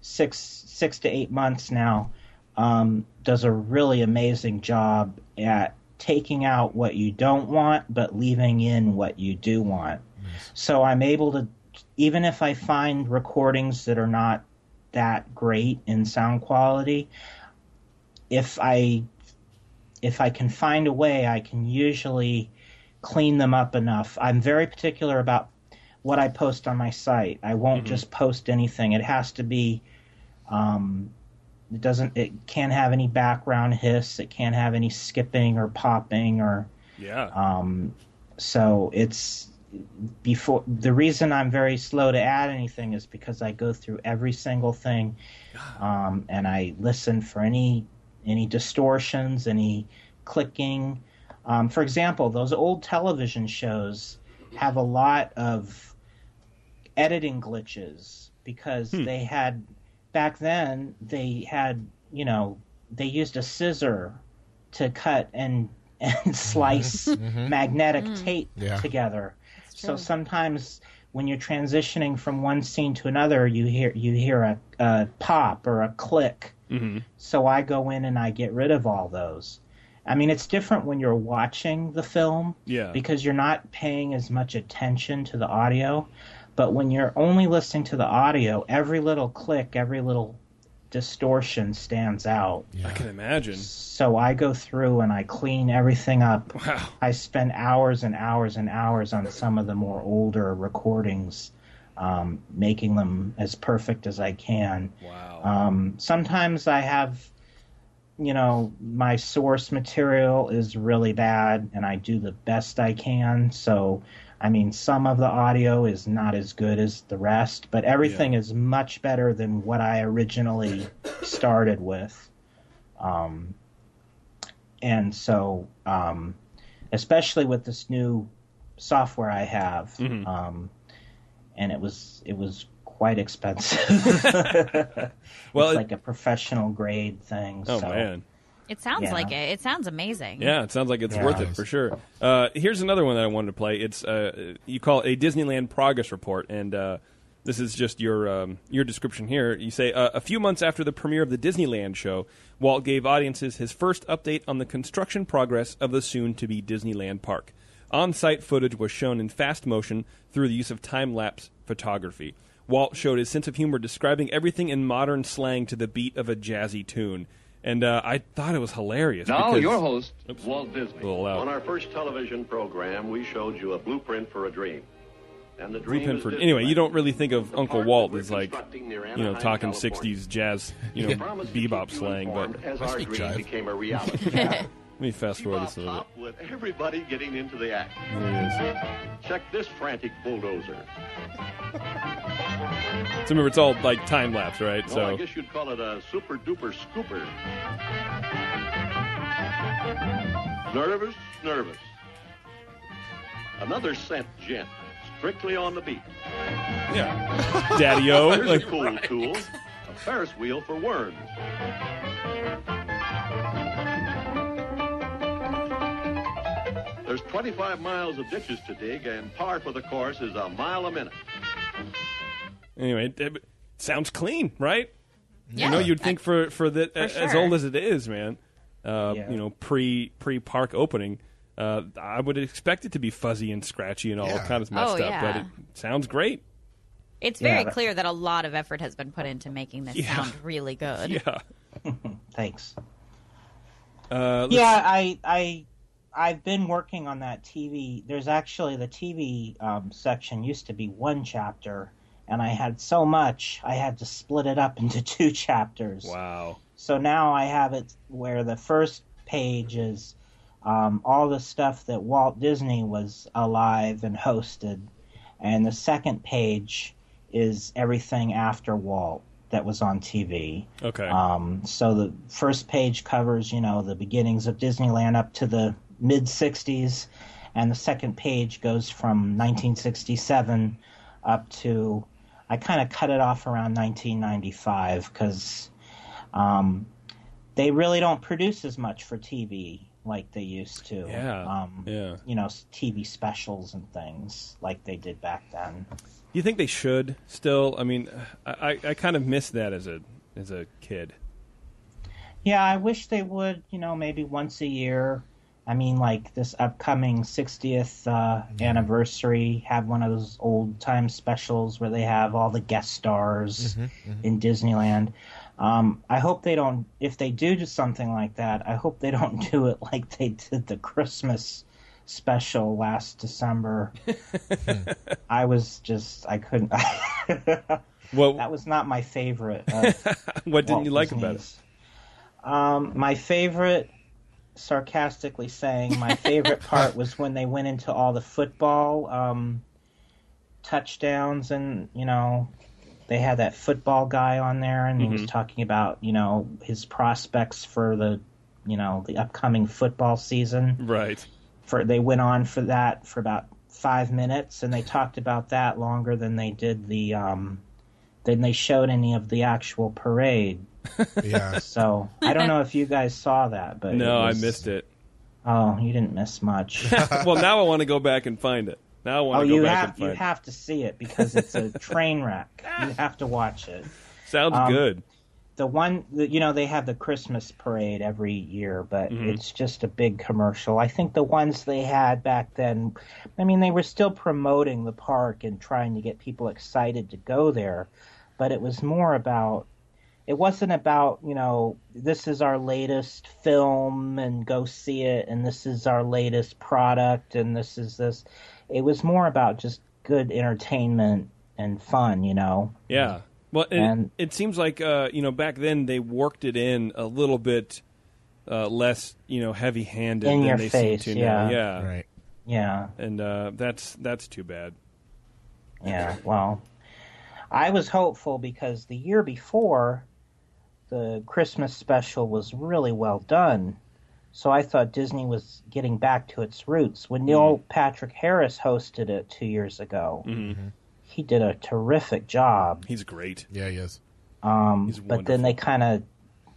G: six six to eight months now um, does a really amazing job at taking out what you don't want but leaving in what you do want. So I'm able to even if I find recordings that are not that great in sound quality, if I if I can find a way, I can usually clean them up enough. I'm very particular about what I post on my site. I won't just post anything. It has to be um, it doesn't it can't have any background hiss, it can't have any skipping or popping or
B: Yeah.
G: um, so it's before the reason I'm very slow to add anything is because I go through every single thing, um, and I listen for any any distortions, any clicking. Um, for example, those old television shows have a lot of editing glitches because they had back then they had you know they used a scissor to cut and [LAUGHS] and slice
L: Mhm.
G: magnetic
L: Mm.
G: tape
L: Yeah.
G: together. So
L: true.
G: sometimes when you're transitioning from one scene to another, you hear you hear a, a pop or a click.
B: Mm-hmm.
G: So I go in and I get rid of all those. I mean, it's different when you're watching the film
B: Yeah.
G: because you're not paying as much attention to the audio. But when you're only listening to the audio, every little click, every little distortion stands out.
B: I can imagine.
G: So I go through and I clean everything up. I spend hours and hours and hours on some of the more older recordings, um, making them as perfect as I can.
B: Wow.
G: Um, sometimes I have, you know, my source material is really bad and I do the best I can. So, I mean, some of the audio is not as good as the rest, but everything is much better than what I originally started with. Um, and so, um, especially with this new software I have, um, and it was it was quite expensive. [LAUGHS]
B: Well,
G: it's
B: it-
G: like a professional grade thing.
B: Uh, Oh,
G: so.
B: man.
D: It sounds
G: Yeah.
D: like it. It sounds amazing.
B: Yeah, it sounds like it's
G: Yeah.
B: worth it for sure. Uh, here's another one that I wanted to play. It's uh, you call it a Disneyland progress report, and uh, this is just your um, your description here. You say uh, a few months after the premiere of the Disneyland show, Walt gave audiences his first update on the construction progress of the soon-to-be Disneyland park. On-site footage was shown in fast motion through the use of time-lapse photography. Walt showed his sense of humor describing everything in modern slang to the beat of a jazzy tune. And uh, I thought it was hilarious.
M: Now
B: because-
M: Oh, your host, Walt Disney.
B: little loud.
M: On our first television program, we showed you a blueprint for a dream, and the dream
B: blueprint
M: is
B: for
M: Disneyland.
B: anyway. You don't really think of Uncle Walt as like
M: near
B: you know
M: Anaheim,
B: talking
M: California. [LAUGHS]
B: '60s jazz, you know,
M: We promise to keep
B: bebop
M: you
B: slang.
M: informed
B: But
M: as our dream
B: [LAUGHS]
M: became a reality.
B: Let me fast forward
M: Bebop
B: this a little
M: pop with everybody getting into the act.
B: bit. There it is.
M: Check this frantic bulldozer.
B: So remember, it's all like time lapse, right?
M: Well, I
B: So
M: guess you'd call it a super duper scooper. Nervous, nervous. Another scent gent, strictly on the beat.
B: Yeah. Daddy
M: [LAUGHS]
B: O.
M: There's
B: Like,
M: a cool tool. A Ferris wheel for worms. There's 25 miles of ditches to dig, and par for the course is a mile a minute.
B: anyway, it, it sounds clean, right?
M: Yeah.
B: You know, you'd think for for that
M: For
B: as
M: sure.
B: old as it is, man. Uh,
M: Yeah.
B: You know, pre pre park opening, uh, I would expect it to be fuzzy and scratchy and all kinds of messed
D: Oh,
B: up, but
D: yeah.
B: it sounds great. [LAUGHS]
D: It's
B: Yeah,
D: very
B: that-
D: clear that a lot of effort has been put into making this
B: Yeah.
D: sound really good.
B: Yeah.
G: Thanks.
B: Uh,
G: yeah, I, I, I've been working on that TV. There's actually the TV um, section used to be one chapter, and I had so much I had to split it up [LAUGHS] into two chapters.
B: Wow.
G: So now I have it where the first page is um, all the stuff that Walt Disney was alive and hosted, and the second page is everything after Walt that was on TV.
B: Okay.
G: Um, so the first page covers, you know, the beginnings of Disneyland up to the mid 60s, and the second page goes from 1967 up to, I kind of cut it off around 1995 because um, they really don't produce as much for TV like they used to.
B: Yeah.
G: Um,
B: yeah.
G: You know, s- TV specials and things like they did back then.
B: You think they should still? I mean, I, I, I kind of miss that as a as a kid.
G: Yeah, I wish they would, you know, maybe once a year. I mean, like this upcoming 60th uh, anniversary, have one of those old time specials where they have all the guest stars
L: Mhm,
G: in Disneyland. Um, I hope they don't, if they do do something like that, I hope they don't do it like they did the Christmas special last December. I was just, I couldn't. [LAUGHS]
B: well,
G: that was not my favorite. of
B: What didn't
G: Walt
B: you like
G: Disney's.
B: about it?
G: Um, my favorite, sarcastically saying,
B: [LAUGHS]
G: my favorite part was when they went into all the football um, touchdowns, and you know, they had that football guy on there, and
B: Mm-hmm.
G: he was
L: Mhm.
G: talking about you know his prospects for the you know the upcoming football season.
B: Right.
G: For they went on for that for about five minutes, and they talked about that longer than they did the um, than they showed any of the actual parade.
C: Yeah.
G: So I don't know if you guys saw that, but
B: no,
G: it was-
B: I
G: [LAUGHS]
B: missed it.
G: Oh, you didn't miss
B: [LAUGHS]
G: much.
B: well, now I want to go back and find it. Now I want
G: oh,
B: to go
G: you
B: back
G: have
B: and
G: you
B: find. it.
G: have to see it because it's a
B: [LAUGHS]
G: train wreck. You have to watch it.
B: Sounds
G: Um,
B: good.
G: The one, the, you know, they have the Christmas parade every year, but
B: Mhm.
G: it's just a big commercial. I think the ones they had back then, I mean, they were still promoting the park and trying to get people excited to go there, but it was more about, it wasn't about, you know, this is our latest film and go see it, and this is our latest product, and this is this. It was more about just good entertainment and fun, you know?
B: Yeah. Well, and,
G: And-
B: it seems like uh, you know back then they worked it in a little bit uh, less, you know, heavy-handed
G: In
B: than
G: your
B: they
G: face,
B: seem to now.
G: yeah.
B: Yeah.
C: Right.
G: Yeah.
B: And uh, that's that's too bad.
G: Yeah, well, I was hopeful because the year before, the Christmas special was really well done. So I thought Disney was getting back to its roots. When Neil Patrick Harris hosted it two years ago, he did a terrific job.
B: He's great.
C: Yeah, he is.
G: Um,
C: He's
G: Mm-hmm. but then they kind of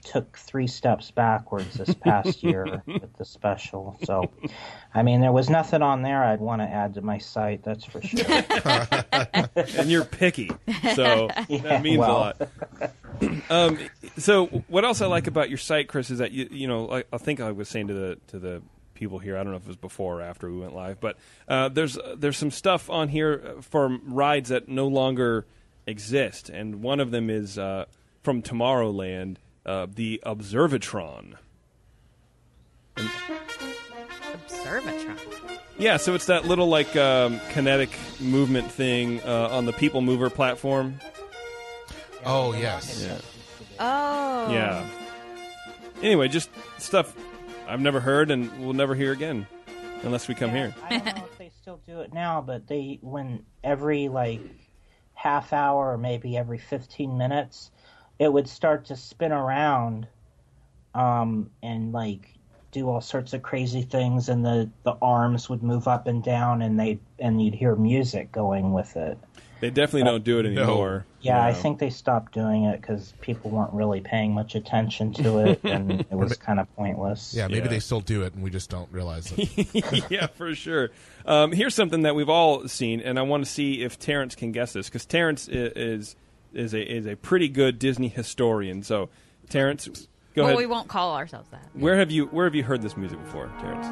G: took three steps backwards this past year with the special. So, I mean, there was nothing on there I'd want to add to my site, that's for sure.
B: and you're picky, so
G: Yeah,
B: that means
G: well.
B: a lot. [CLEARS THROAT] um, so what else I like about your site, Chris, is that you you know I, I think I was saying to the to the people here, I don't know if it was before or after we went live, but uh, there's there's some stuff on here from rides that no longer exist, and one of them is uh, from Tomorrowland, uh, the Observatron.
D: Observatron.
B: Yeah, so it's that little like um, kinetic movement thing uh, on the People Mover platform.
C: Oh yes.
D: Oh.
B: Yeah. Anyway, just stuff I've never heard and we'll never hear again unless we come here.
G: I don't know if they still do it now, but they when every like half hour or maybe every fifteen minutes, it would start to spin around, um, and like do all sorts of crazy things, and the the arms would move up and down, and they and you'd hear music going with it.
B: They definitely don't do it anymore.
G: Yeah, I
B: you know.
G: think they stopped doing it because people weren't really paying much attention to it, and it was kind of pointless.
C: Yeah, maybe they still do it and we just don't realize it. [LAUGHS]
B: [LAUGHS] yeah, for sure. Um, here's something that we've all seen, and I want to see if Terrence can guess this because Terrence i- is is a is a pretty good Disney historian. So, Terrence, go
D: well,
B: ahead.
D: we won't call ourselves that.
B: Where have you where have you heard this music before, Terrence?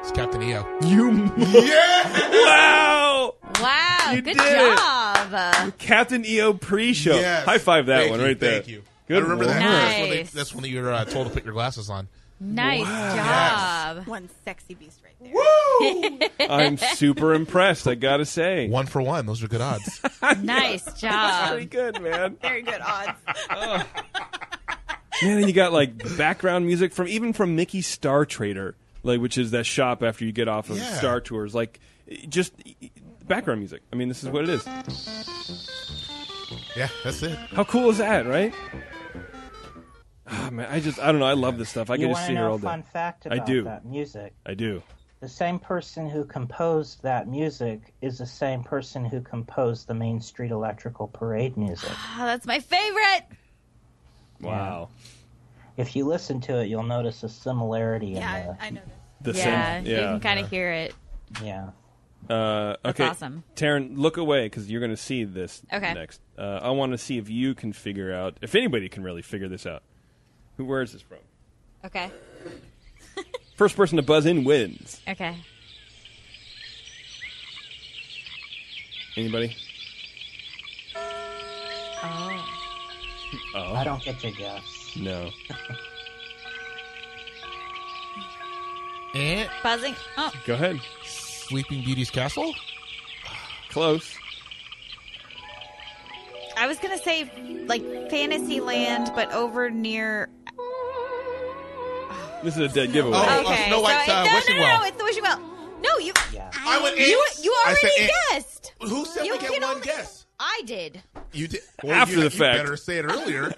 C: It's Captain E EO.
B: You yeah! Wow!
D: Wow,
B: You
D: good
B: did it.
D: job. Uh,
B: Captain EO pre-show.
C: Yes.
B: High five that
C: Thank
B: one
C: you,
B: right there.
C: Thank you.
B: Good
C: I remember that.
B: lord.
C: That's when, they,
D: Nice.
C: that's when you were uh, told to put your glasses on.
D: nice job.
F: One sexy beast right there.
B: I'm super impressed. I gotta say,
C: one for one. Those are
B: [LAUGHS]
C: good odds.
D: Nice
B: That's
D: [LAUGHS] job.
B: pretty good, man.
F: Very good odds.
B: Yeah, then you got like background music from even from Mickey Star Trader, like which is that shop after you get off of
C: Yeah.
B: Star Tours, like it- just background music. I mean, this is what it is.
C: yeah, that's it.
B: How cool is that, right? Ah, man, I just I don't know. I love this stuff. I
G: you
B: can just
G: wanna
B: see
G: know
B: her
G: a
B: all day.
G: fun fact
B: I
G: about
B: do.
G: that music?
B: I do.
G: The same person who composed that music is the same person who composed the Main Street Electrical Parade music.
D: Ah, that's my favorite.
B: Wow.
G: If you listen to it, you'll notice a similarity
F: Yeah,
G: in
F: [LAUGHS] I, I know this.
B: The
D: yeah,
B: same.
D: you
B: Yeah.
D: can kind of hear it.
G: the yeah.
B: Uh,
D: That's
B: okay,
D: awesome.
B: Taryn, look away because you're going to see this
D: Okay.
B: next. Uh, I want to see if you can figure out if anybody can really figure this out. Who? Where is this from?
D: Okay.
B: First person to buzz in wins.
D: Okay.
B: Anybody?
D: Oh.
B: Oh.
G: I don't get your guess.
B: No.
C: And
D: Buzzing. Oh,
B: Go ahead.
C: Sleeping Beauty's Castle?
B: Close.
D: I was gonna say like Fantasyland, but over near.
B: This is a dead giveaway.
C: Oh, uh,
D: okay.
C: Snow White's,
D: so it-
C: uh,
D: no,
C: Wishing
D: no, no,
C: Well.
D: it's the wishing well. No, you.
G: Yeah.
C: I went
D: You,
C: eights.
D: you
C: I said
D: already
C: eight.
D: guessed.
C: Who said
D: You
C: we get
D: can
C: one
D: only-
C: guess?
D: I did.
C: You did.
B: [LAUGHS] After
C: you,
B: the
C: you
B: fact.
C: better say it
D: [LAUGHS]
C: earlier.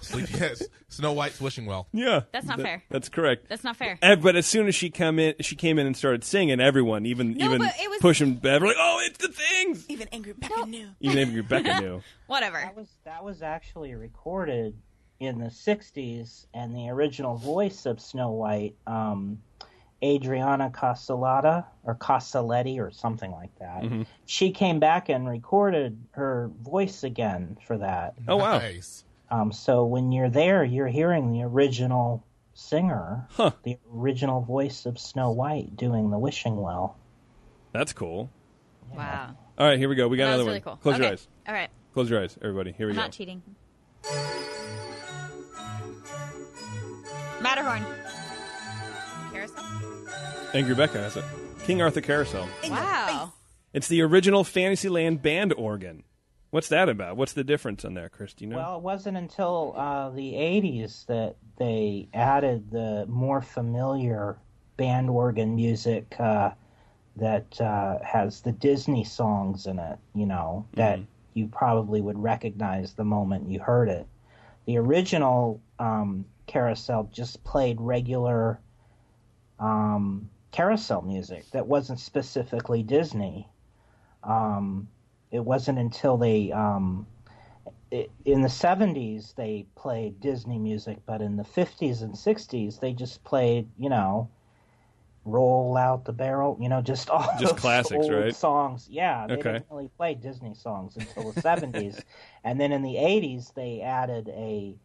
C: Sleeping, yes, Snow White's Wishing Well.
B: Yeah.
D: That's not
B: That-
D: fair.
B: That's correct.
D: That's not fair.
B: Eh, but as soon as she come in, she came in and started singing. Everyone, even
D: No,
B: even
D: but it was-
B: pushing Bev, were like, "Oh, it's the things."
F: Even angry back knew.
B: Even if
D: [LAUGHS]
B: Rebecca knew.
D: Whatever.
G: That was that was actually recorded in the '60s, and the original voice of Snow White, um, Adriana Castellata or Castelletti or something like that. She came back and recorded her voice again for that.
B: Oh wow.
C: Nice.
G: Um, so when you're there, you're hearing the original singer,
B: Huh.
G: the original voice of Snow White doing the wishing well.
B: That's cool.
D: Wow.
B: All right, here we go. We got
D: that
B: another
D: was really
B: one.
D: cool.
B: Close your
D: Okay.
B: eyes.
D: All right.
B: Close your eyes, everybody. Here we
D: I'm
B: go.
D: not cheating. Matterhorn.
F: Carousel.
B: Angry Becca has it. King Arthur Carousel.
F: In your
D: Wow.
F: face.
B: It's the original Fantasyland band organ. What's that about? What's the difference on that, Chris? Do you know?
G: Well, it wasn't until uh, the 80s that they added the more familiar band organ music uh, that uh, has the Disney songs in it, you know, that you probably would recognize the moment you heard it. The original um, carousel just played regular um, carousel music that wasn't specifically Disney. Um, it wasn't until they. Um, it- in the 70s they played disney music but in the 50s and 60s they just played you know roll out the barrel you know just all
B: Just
G: those
B: classics,
G: old
B: right?
G: songs yeah they
B: Okay.
G: didn't really play disney songs until the
B: [LAUGHS]
G: 70s and then in the 80s they added a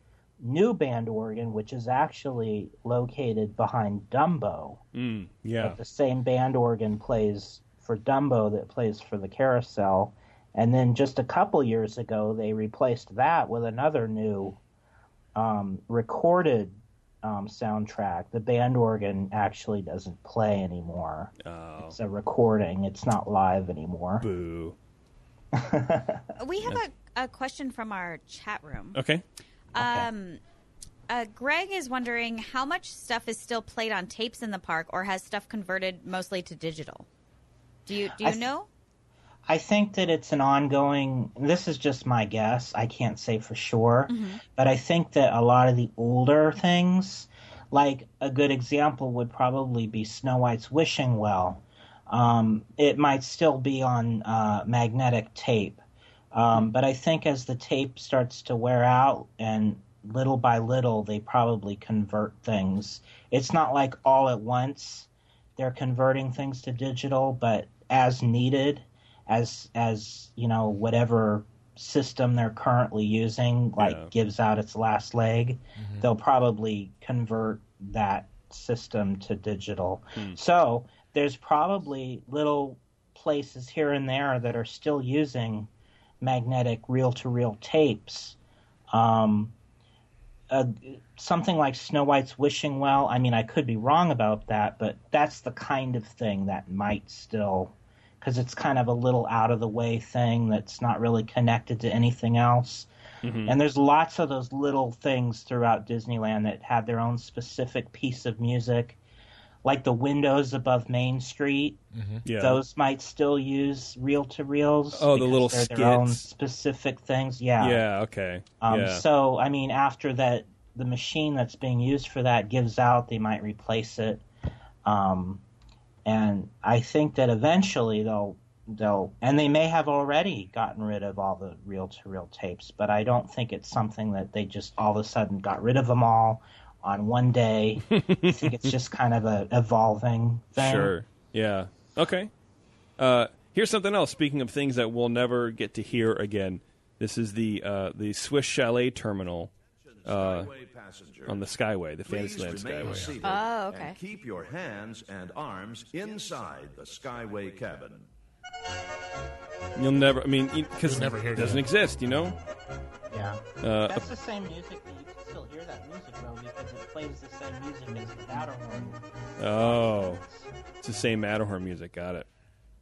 G: new band organ which is actually located behind dumbo
B: Mm, yeah.
G: but the same band organ plays for Dumbo that plays for the Carousel. And then just a couple years ago, they replaced that with another new um, recorded um, soundtrack. The band organ actually doesn't play anymore.
B: Oh,
G: It's a recording, it's not live anymore.
B: boo.
D: We have a, a question from our chat room.
B: Okay.
D: Um, uh, Greg is wondering how much stuff is still played on tapes in the park, or has stuff converted mostly to digital? Do you do you
G: I th-
D: know?
G: I think that it's an ongoing. This is just my guess. I can't say for sure, but I think that a lot of the older things, Like a good example would probably be Snow White's Wishing Well. Um, it might still be on uh, magnetic tape, um, but I think as the tape starts to wear out and little by little they probably convert things. It's not like all at once they're converting things to digital, but as needed, as as you know whatever system they're currently using like
L: Yeah.
G: gives out its last leg,
L: Mhm.
G: they'll probably convert that system to digital. So there's probably little places here and there that are still using magnetic reel-to-reel tapes. Um, uh, something like Snow White's Wishing Well. I mean, I could be wrong about that, but that's the kind of thing that might still, because it's kind of a little out of the way thing that's not really connected to anything else.
B: Mm-hmm.
G: And there's lots of those little things throughout Disneyland that have their own specific piece of music, like the windows above Main Street.
B: Mhm. Yeah.
G: Those might still use reel to reels.
B: Oh, the little
G: they're their own
B: skits.
G: specific things. Yeah.
B: Yeah, okay.
G: Um,
B: Yeah.
G: So, I mean, after that, the machine that's being used for that gives out, they might replace it. Um, and I think that eventually they'll they'll and they may have already gotten rid of all the reel to reel tapes, but I don't think it's something that they just all of a sudden got rid of them all on one
B: [LAUGHS]
G: day. I think it's just kind of a evolving thing.
B: Sure. Yeah. Okay. Uh, here's something else. Speaking of things that we'll never get to hear again, this is the uh, the Swiss Chalet Terminal uh, on the Skyway, the
N: Please
B: Fantasyland
N: remain
B: Skyway.
N: seated
F: Oh, okay.
N: and keep your hands and arms inside the Skyway cabin.
B: You'll never. I mean, because
C: You'll never hear
B: it
C: it
B: doesn't
C: again.
B: exist. You know.
G: Yeah.
B: Uh,
G: That's the same music. but You can still hear that music though because it plays the same music as the battle horn.
B: oh, it's the same Matterhorn music. Got it.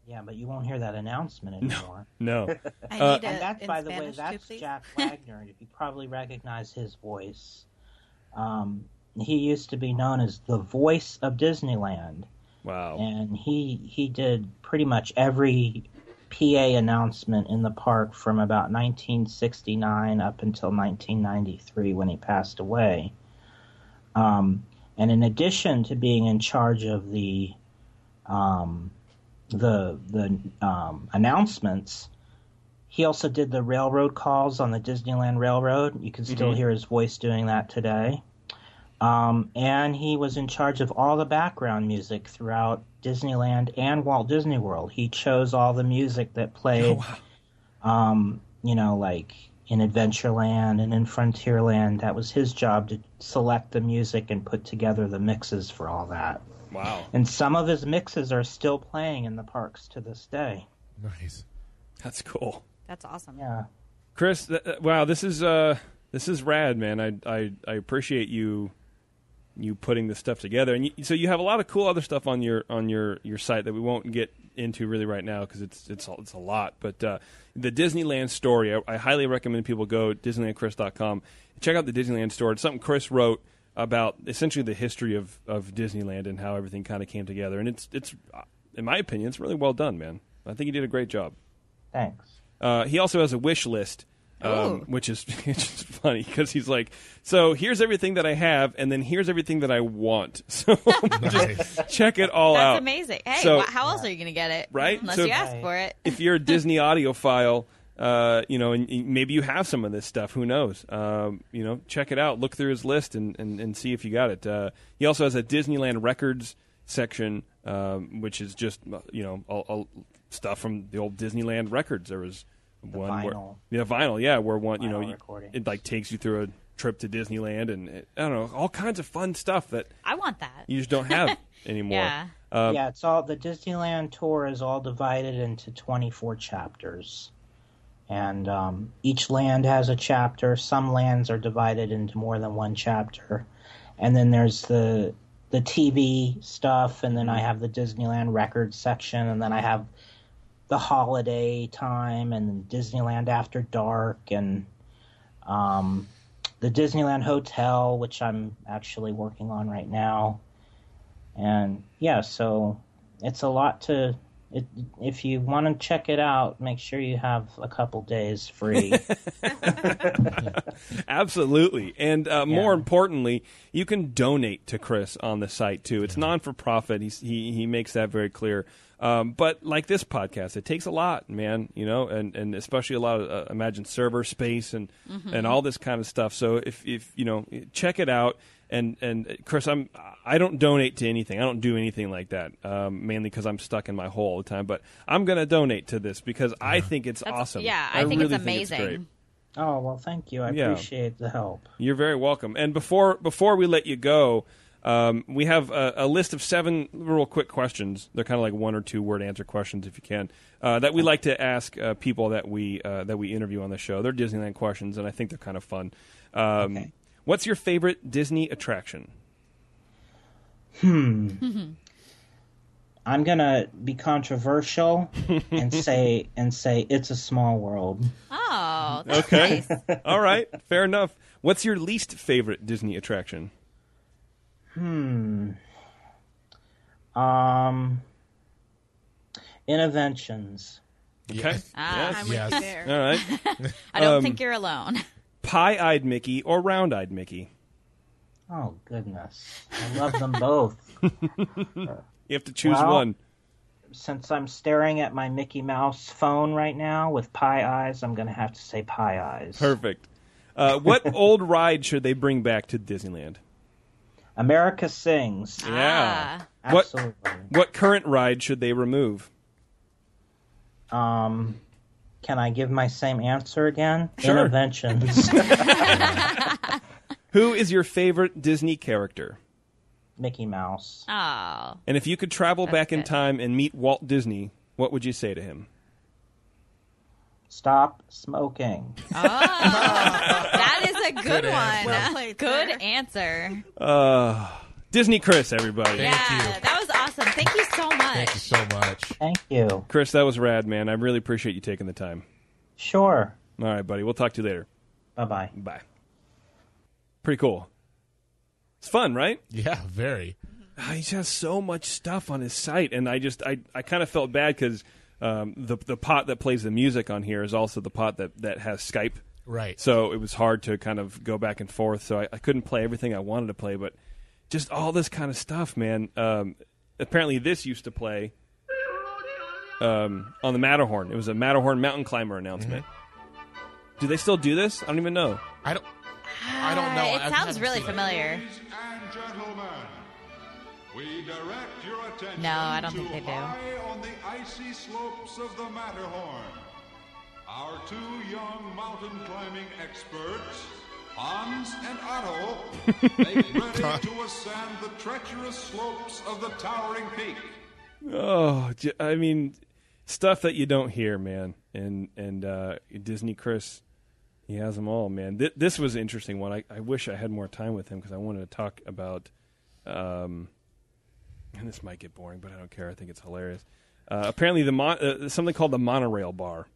G: Yeah, but you won't hear that announcement
F: [LAUGHS]
G: anymore.
B: No.
G: And
B: Uh,
G: that's,
F: in
G: by the way,
F: Spanish, too,
G: that's
F: please? [LAUGHS]
G: Jack Wagner. and you probably recognize his voice. Um, he used to be known as the voice of Disneyland.
B: Wow.
G: And he he did pretty much every PA announcement in the park from about 1969 up until 1993 when he passed away. Um, and in addition to being in charge of the um, the the um, announcements, he also did the railroad calls on the Disneyland Railroad. You can still
L: Mhm.
G: hear his voice doing that today. Um, and he was in charge of all the background music throughout Disneyland and Walt Disney World. He chose all the music that played, um, you know, like in Adventureland and in Frontierland. That was his job to select the music and put together the mixes for all that.
B: Wow.
G: And some of his mixes are still playing in the parks to this day.
C: Nice.
B: That's cool.
F: That's awesome.
G: Yeah.
B: Chris, th- th- wow, this is uh, this is rad, man. I, I I appreciate you you putting this stuff together, and you, so you have a lot of cool other stuff on your on your, your site that we won't get into really right now because it's it's a- it's a lot. But uh, the Disneyland story, I, I highly recommend people go disneylandchris.com check out the Disneyland story. It's something Chris wrote about essentially the history of, of Disneyland and how everything kind of came together, and it's it's uh, in my opinion, it's really well done, man. I think you did a great job.
G: Thanks.
B: Uh, he also has a wish list, um, which is [LAUGHS] it's just funny because he's like, "So here's everything that I have, and then here's everything that I want." [LAUGHS] So just check it all
D: That's
B: out.
D: amazing. Hey,
B: So-
D: wh- how else are you going to get it?
B: Right?
D: Unless
B: So-
D: you ask for it.
B: if you're a Disney audiophile, uh, you know, and, and maybe you have some of this stuff. Who knows? Um, you know, check it out. Look through his list and, and, and see if you got it. Uh, he also has a Disneyland records section, um, which is just you know all, all stuff from the old Disneyland records. There was one
G: vinyl.
B: where yeah, vinyl, yeah, where one you know you-
G: recordings.
B: it like takes you through a trip to Disneyland and it, I don't know all kinds of fun stuff that
D: I want that.
B: you just
G: [LAUGHS]
B: don't have anymore.
D: Yeah.
B: Um,
G: yeah, it's all the Disneyland tour is all divided into 24 chapters. And um, each land has a chapter. Some lands are divided into more than one chapter. And then there's the the TV stuff and then I have the Disneyland records section and then I have the holiday time and Disneyland after dark and um, the Disneyland hotel which I'm actually working on right now. And yeah, so it's a lot to It, if you want to check it out, make sure you have a couple days
B: [LAUGHS]
G: free.
B: Absolutely. And uh, more importantly, you can donate to Chris on the site too. It's non for profit. He's, he he makes that very clear. Um, but like this podcast, it takes a lot, man. You know, and, and especially a lot of uh, imagine server space and
D: Mm-hmm.
L: Mhm.
B: and all this kind of stuff. So if if you know, check it out. And and uh, Chris, I'm I don't donate to anything. I don't do anything like that. Um, mainly because I'm stuck in my hole all the time. But I'm gonna donate to this because I think it's awesome.
D: yeah, I think it's
B: really
D: amazing.
B: great.
G: oh well, thank you. I
B: Yeah.
G: appreciate the help.
B: You're very welcome. And before before we let you go, um, we have a, a list of seven real quick questions. They're kind of like one or two word answer questions, if you can, uh, that we like to ask uh, people that we uh, that we interview on the show. They're Disneyland questions, and I think they're kind of fun. Um, What's your favorite Disney attraction?
G: Hmm. I'm gonna be
B: [LAUGHS]
G: controversial and say and say it's a small world.
D: Oh, that's
B: Okay,
D: nice.
B: [LAUGHS] all right, fair enough. What's your least favorite Disney attraction?
G: Hmm. Um. Interventions.
B: Okay,
D: Ah, I'm with you there.
B: all right.
D: I don't
B: Um,
D: think you're alone.
B: pie-eyed Mickey or round-eyed Mickey.
G: Oh goodness, I love them
B: [LAUGHS]
G: both.
B: You have to choose
G: Well,
B: one.
G: Since I'm staring at my Mickey Mouse phone right now with pie eyes, I'm gonna have to say pie eyes.
B: Perfect. Uh, what old ride should they bring back to Disneyland?
G: America Sings.
B: Yeah.
G: Ah.
B: What
G: Absolutely.
B: what current ride should they remove?
G: Um, can I give my same answer again?
B: Sure. [LAUGHS]
G: Interventions.
B: Who is your favorite Disney character?
G: Mickey Mouse.
D: Oh.
B: And if you could travel
G: That's
B: back in
G: good.
B: time and meet Walt Disney, what would you say to him?
G: Stop smoking.
D: that is a good,
G: Good answer.
D: one. [LAUGHS] good answer.
B: Uh, Disney Chris, everybody.
D: yeah, that was awesome. Thank you so much.
B: you so much.
G: Thank you.
B: Chris, that was rad, man. I really appreciate you taking the time.
G: Sure.
B: All right, buddy. We'll talk to you later.
G: Bye bye.
B: Bye. Pretty cool. It's fun, right?
C: Yeah, very.
B: He has so much stuff on his site, and I just I, I kind of felt bad because um, the the pot that plays the music on here is also the pot that that has Skype.
C: Right.
B: So it was hard to kind of go back and forth. So I, I couldn't play everything I wanted to play, but just all this kind of stuff, man. Um, apparently, this used to play um, on the Matterhorn. It was a Matterhorn mountain climber announcement. Do they still do this? I don't even know.
C: I don't.
D: I
C: don't know.
D: Uh, It
C: I
D: sounds
C: haven't
D: really
C: seen it.
D: familiar.
O: Ladies and gentlemen, we direct your attention
D: No, I don't
O: to
D: think they do.
O: high on the icy slopes of the Matterhorn. Our two young mountain climbing experts, Hans and Otto,
D: [LAUGHS]
O: make ready to ascend the treacherous slopes of the towering peak.
B: Oh, j- I mean, stuff that you don't hear, man. And and uh, Disney Chris, he has them all, man. Th- this was an interesting one. I, I wish I had more time with him because I wanted to talk about. Um, and this might get boring, but I don't care. I think it's hilarious. Uh, apparently, the mon- uh, something called the monorail bar.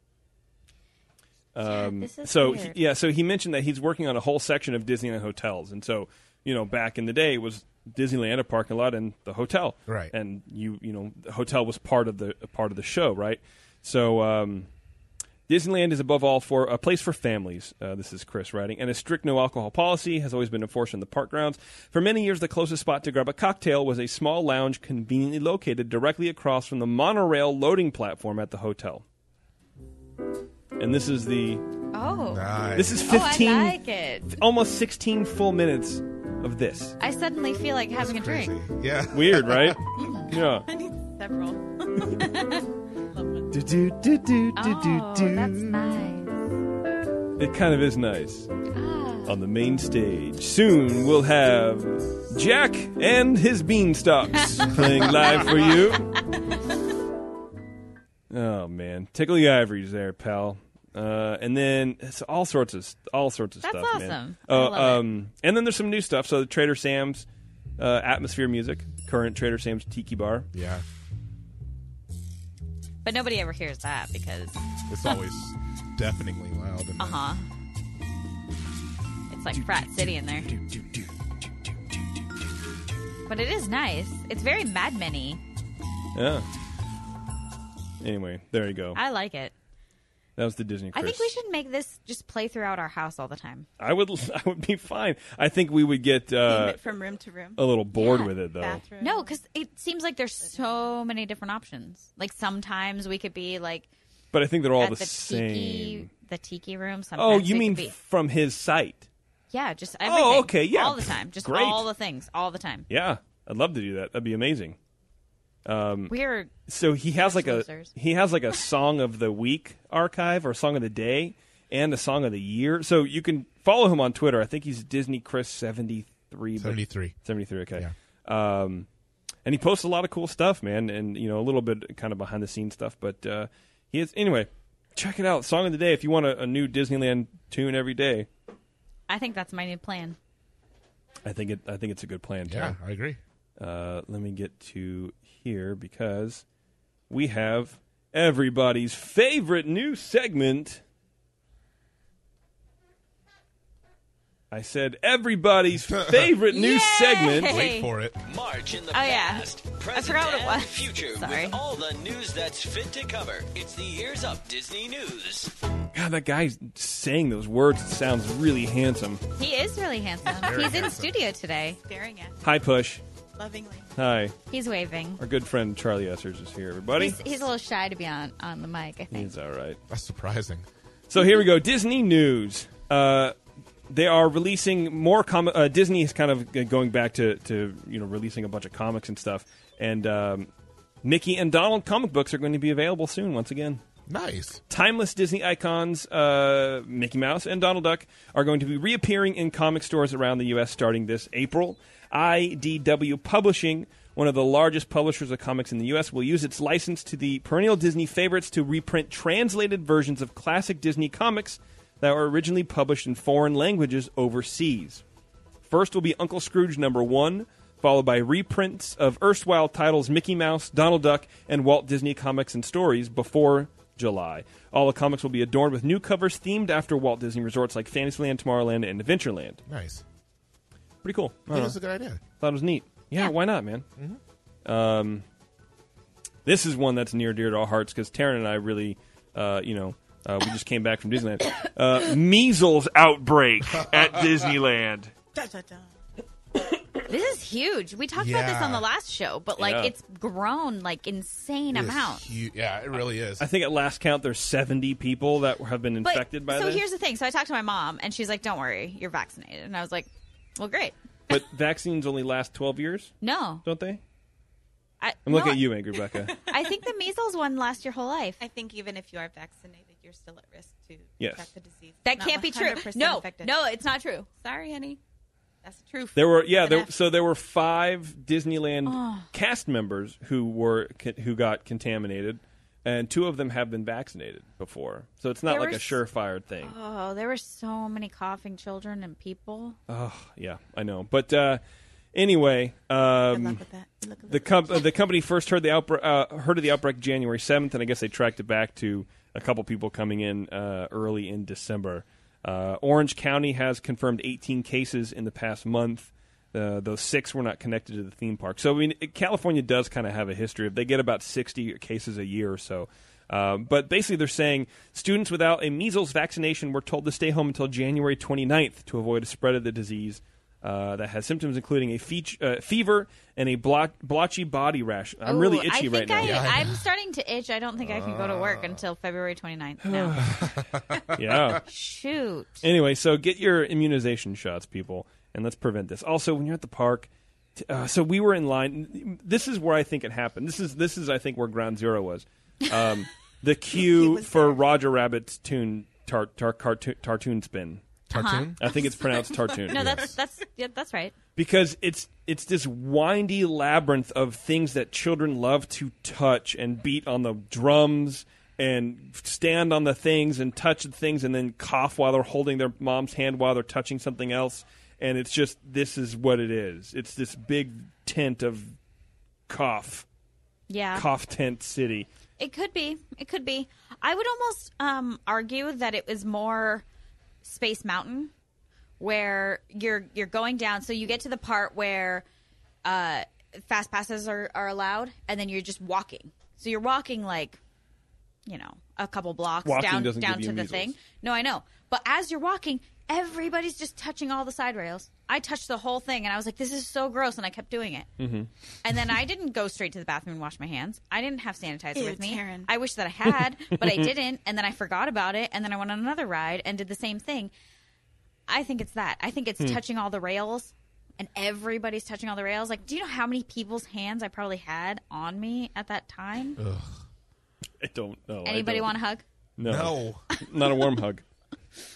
B: Um,
L: this is
B: so
L: weird.
B: he- yeah, so he mentioned that he's working on a whole section of Disneyland hotels, and so you know, back in the day, it was Disneyland a parking lot and the hotel,
C: Right.
B: And you you know, the hotel was part of the a part of the show, right? So um, Disneyland is above all for a place for families. Uh, this is Chris writing, and a strict no alcohol policy has always been enforced in the park grounds. For many years, the closest spot to grab a cocktail was a small lounge conveniently located directly across from the monorail loading platform at the hotel. And this is the
D: Oh.
B: this is
D: Oh,
B: 15
D: I like it.
B: almost 16 full minutes of this.
D: I suddenly feel like having a drink.
C: Yeah.
B: Weird,
D: [LAUGHS]
B: right? yeah.
D: I need several. [LAUGHS]
B: Do, do, do, do, do, do,
D: oh,
B: do.
D: that's nice.
B: It kind of is nice. On the main stage, soon we'll have Jack and his Beanstalks playing live for you. Oh man, tickle your ivories there, pal. Uh, and then it's all sorts of all sorts of
L: That's
B: stuff. Man.
L: awesome. I
B: Oh,
L: love
B: um, and then there's some new stuff. So the Trader Sam's uh, atmosphere music, current Trader Sam's Tiki Bar.
C: Yeah,
D: But nobody ever hears that because
C: It's always deafeningly loud. And
D: Uh huh. It's like frat city in there. But it is nice. It's very Mad Men-y.
B: Yeah. Anyway, there you go.
D: I like it.
B: that was the Disney.
D: I
B: Chris.
D: think we should make this just play throughout our house all the time.
B: I would. [LAUGHS] I would be fine. I think we would get uh,
D: it from room to room.
B: A little bored with it though.
D: No, because it seems like there's so many different options. Like sometimes we could be like
B: But I think they're all
D: at
B: the, same.
D: Tiki, the tiki room. Sometimes
B: Oh,
D: we
B: you
D: could
B: mean
D: be-
B: from his site?
D: yeah? Just
B: Oh,
D: everything.
B: okay, yeah,
D: all the time. Just
B: great.
D: all the things, all the time.
B: Yeah, I'd love to do that. That'd be amazing. Um,
D: We are
B: so he has
D: such
B: like a
D: losers.
B: he has like a song of the week archive or song of the day and a song of the year. So you can follow him on Twitter. I think he's Disney Chris seventy three.
C: 73.
B: Seventy three. Okay. Um, and he posts a lot of cool stuff, man, and you know a little bit kind of behind the scenes stuff. But uh, he is anyway. Check it out, song of the day. If you want a, a new Disneyland tune every day,
D: I think that's my new plan.
B: I think it. I think it's a good plan.
C: Yeah,
B: Tara.
C: I agree.
B: Uh, let me get to here because we have everybody's favorite new segment. I said everybody's favorite new segment.
C: Wait for it.
L: March in the
D: Oh, yeah.
L: past,
D: I
L: present,
D: forgot what it
L: and
D: was.
L: future
D: Sorry.
L: with all the news that's fit to cover. It's the Ears Up Disney News.
B: God, that guy saying those words sounds really handsome.
D: He is really handsome.
B: very
D: He's in
B: handsome.
D: studio today.
F: Staring at
B: Hi, Push.
F: lovingly.
B: Hi.
D: He's waving.
B: Our good friend Charlie Essers is here, everybody.
D: He's, he's a little shy to be on on the mic. I think.
B: He's all right.
C: That's surprising.
B: So here we go. Disney news. Uh, they are releasing more comic. Uh, Disney is kind of g- going back to, to you know releasing a bunch of comics and stuff. And um, Mickey and Donald comic books are going to be available soon once again.
C: Nice.
B: Timeless Disney icons uh, Mickey Mouse and Donald Duck are going to be reappearing in comic stores around the U.S. starting this April. IDW Publishing, one of the largest publishers of comics in the U.S., will use its license to the perennial Disney favorites to reprint translated versions of classic Disney comics that were originally published in foreign languages overseas. First will be Uncle Scrooge number one, followed by reprints of erstwhile titles Mickey Mouse, Donald Duck, and Walt Disney comics and stories before July. All the comics will be adorned with new covers themed after Walt Disney resorts like Fantasyland, Tomorrowland, and Adventureland.
C: Nice.
B: Pretty cool.
C: I think that's a good idea.
B: Thought it was neat. Yeah, why not, man? Um, this is one that's near dear to our hearts because Taryn and I really, uh, you know, uh, we just came back from Disneyland. Uh, measles outbreak at Disneyland.
D: This is huge. We talked about this
B: Yeah.
D: on the last show, but like
B: Yeah.
D: it's grown like insane amount.
C: yeah, it really is.
B: I think at last count there's 70 people that have been [LAUGHS]
D: But-
B: infected by
D: so
B: this.
D: here's the thing. So I talked to my mom, and she's like, "Don't worry, you're vaccinated." And I was like, "Well, great."
B: but vaccines only last 12 years,
D: No,
B: don't they?
D: I,
B: I'm looking
D: no,
B: at you,
D: [LAUGHS]
B: Angry Becca.
D: I think the measles one lasts your whole
B: [LAUGHS]
D: life.
F: I think even if you are vaccinated, you're still at risk to
B: Yes.
F: contract the disease.
D: That
F: Not
D: can't be true.
F: 100%
D: No,
F: infected.
D: no, it's not true.
F: Sorry, honey. That's the truth.
B: There were yeah,
F: But
B: there,
F: after-
B: so there were five Disneyland
D: Ah.
F: Oh.
B: cast members who were who got contaminated, and two of them have been vaccinated before. So it's not
D: There
B: like
D: were
B: a
D: s-
B: surefire thing.
D: Oh, there were so many coughing children and people.
B: Oh yeah, I know. But uh, anyway, um, the com- uh, the company first heard the outbreak uh, heard of the outbreak January seventh, and I guess they tracked it back to a couple people coming in uh, early in December. Uh, Orange County has confirmed 18 cases in the past month. Uh, those six were not connected to the theme park. So I mean, it- California does kind of have a history of they get about 60 cases a year or so. Um, but basically, they're saying students without a measles vaccination were told to stay home until January 29th to avoid a spread of the disease uh, that has symptoms including a feach uh, fever and a blot- blotchy body rash. I'm really
D: Ooh, I
B: itchy
D: think
B: right
D: I,
B: now.
D: I'm starting to itch. I don't think I can go to work until February 29th
B: [LAUGHS]
D: now.
B: yeah.
D: Shoot.
B: Anyway, so get your immunization shots, people, and let's prevent this. Also, when you're at the park, t- uh, so we were in line. This is where I think it happened. This is this is I think where Ground Zero was. Um,
D: [LAUGHS]
B: the queue for Roger Rabbit's tune tar, tar, cartoon, tartoon spin.
D: Tartoon?
B: I think it's pronounced tartoon.
D: No, that's that's yeah, that's right.
B: because it's it's this windy labyrinth of things that children love to touch and beat on the drums and stand on the things and touch the things and then cough while they're holding their mom's hand while they're touching something else and it's just this is what it is it's this big tent of cough
D: Yeah.
B: cough tent city
D: It could be. It could be. I would almost um, argue that it was more Space Mountain, where you're you're going down. So you get to the part where uh, fast passes are, are allowed, and then you're just walking. So you're walking like you know, a couple blocks
B: Walking
D: down
B: doesn't
D: down
B: give
D: to
B: you
D: the
B: measles.
D: thing. No, I know. But as you're walking, everybody's just touching all the side rails. I touched the whole thing and I was like, this is so gross. And I kept doing it.
B: Mm-hmm.
D: And then I didn't go straight to the bathroom and wash my hands. I didn't have sanitizer
F: Ew,
D: with me.
F: Taryn.
D: I wish that I had, but
B: [LAUGHS]
D: I didn't. And then I forgot about it. And then I went on another ride and did the same thing. I think it's that. I think it's
F: Hmm.
D: touching all the rails and everybody's touching all the rails. Like, do you know how many people's hands I probably had on me at that time?
B: Ugh. I don't know. Oh, I
D: Anybody
B: don't.
D: want a hug?
B: No.
C: No.
B: Not a warm hug.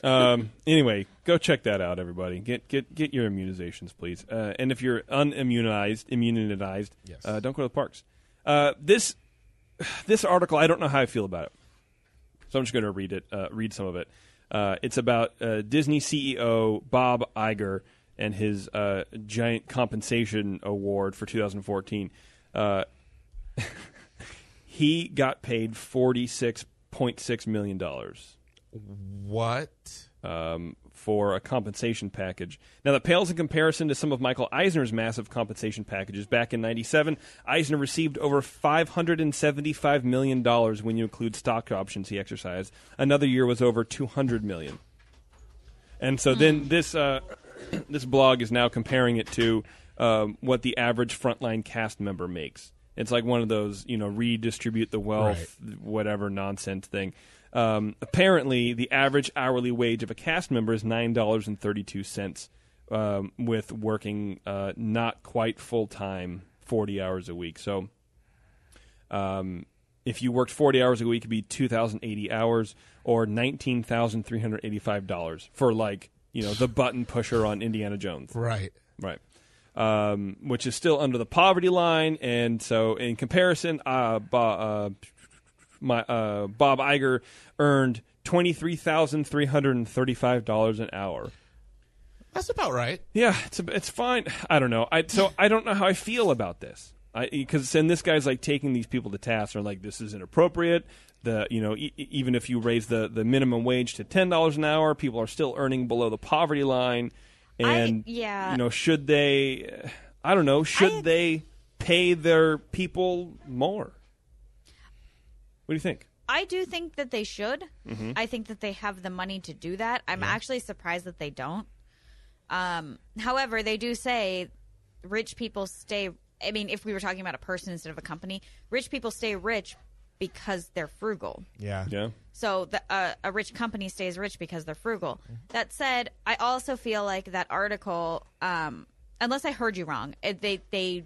B: Um, anyway, go check that out, everybody. Get get get your immunizations, please. Uh, and if you're unimmunized, immunized,
C: Yes.
B: uh, don't go to the parks. Uh, this this article, I don't know how I feel about it, so I'm just going to read it. Uh, read some of it. Uh, it's about uh, Disney CEO Bob Iger and his uh, giant compensation award for 2014. Uh, he got paid forty six point six million dollars.
C: What?
B: Um, for a compensation package. Now that pales in comparison to some of Michael Eisner's massive compensation packages back in '97. Eisner received over five hundred and seventy five million dollars when you include stock options he exercised. Another year was over two hundred million. And so then this uh, [CLEARS THROAT] this blog is now comparing it to um, what the average frontline cast member makes. It's like one of those you know redistribute the wealth whatever nonsense thing. Um, apparently, the average hourly wage of a cast member is nine dollars and thirty two cents, um, with working uh, not quite full time, forty hours a week. So um, if you worked 40 hours a week, it'd be 2,080 hours or $19,385 for like, you know, the button pusher on Indiana Jones.
C: Right.
B: Right. Um, which is still under the poverty line. And so in comparison, uh, Bo- uh, my, uh, Bob Iger earned $23,335 an hour.
C: That's about right.
B: Yeah, it's it's fine. I don't know. I so I don't know how I feel about this. I because and this guy's like taking these people to task and like this is inappropriate. The you know e- e- even if you raise the the minimum wage to ten dollars an hour, people are still earning below the poverty line. And
D: yeah.
B: you know should they? I don't know. Should they pay their people more? What do you think?
D: I do think that they should.
B: Mhm.
D: I think that they have the money to do that. I'm actually surprised that they don't. Um, however, they do say rich people stay. I mean, if we were talking about a person instead of a company, rich people stay rich because they're frugal.
C: Yeah.
B: Yeah.
D: So the, uh, a rich company stays rich because they're frugal.
F: Mm-hmm.
D: That said, I also feel like that article, um, unless I heard you wrong, it, they they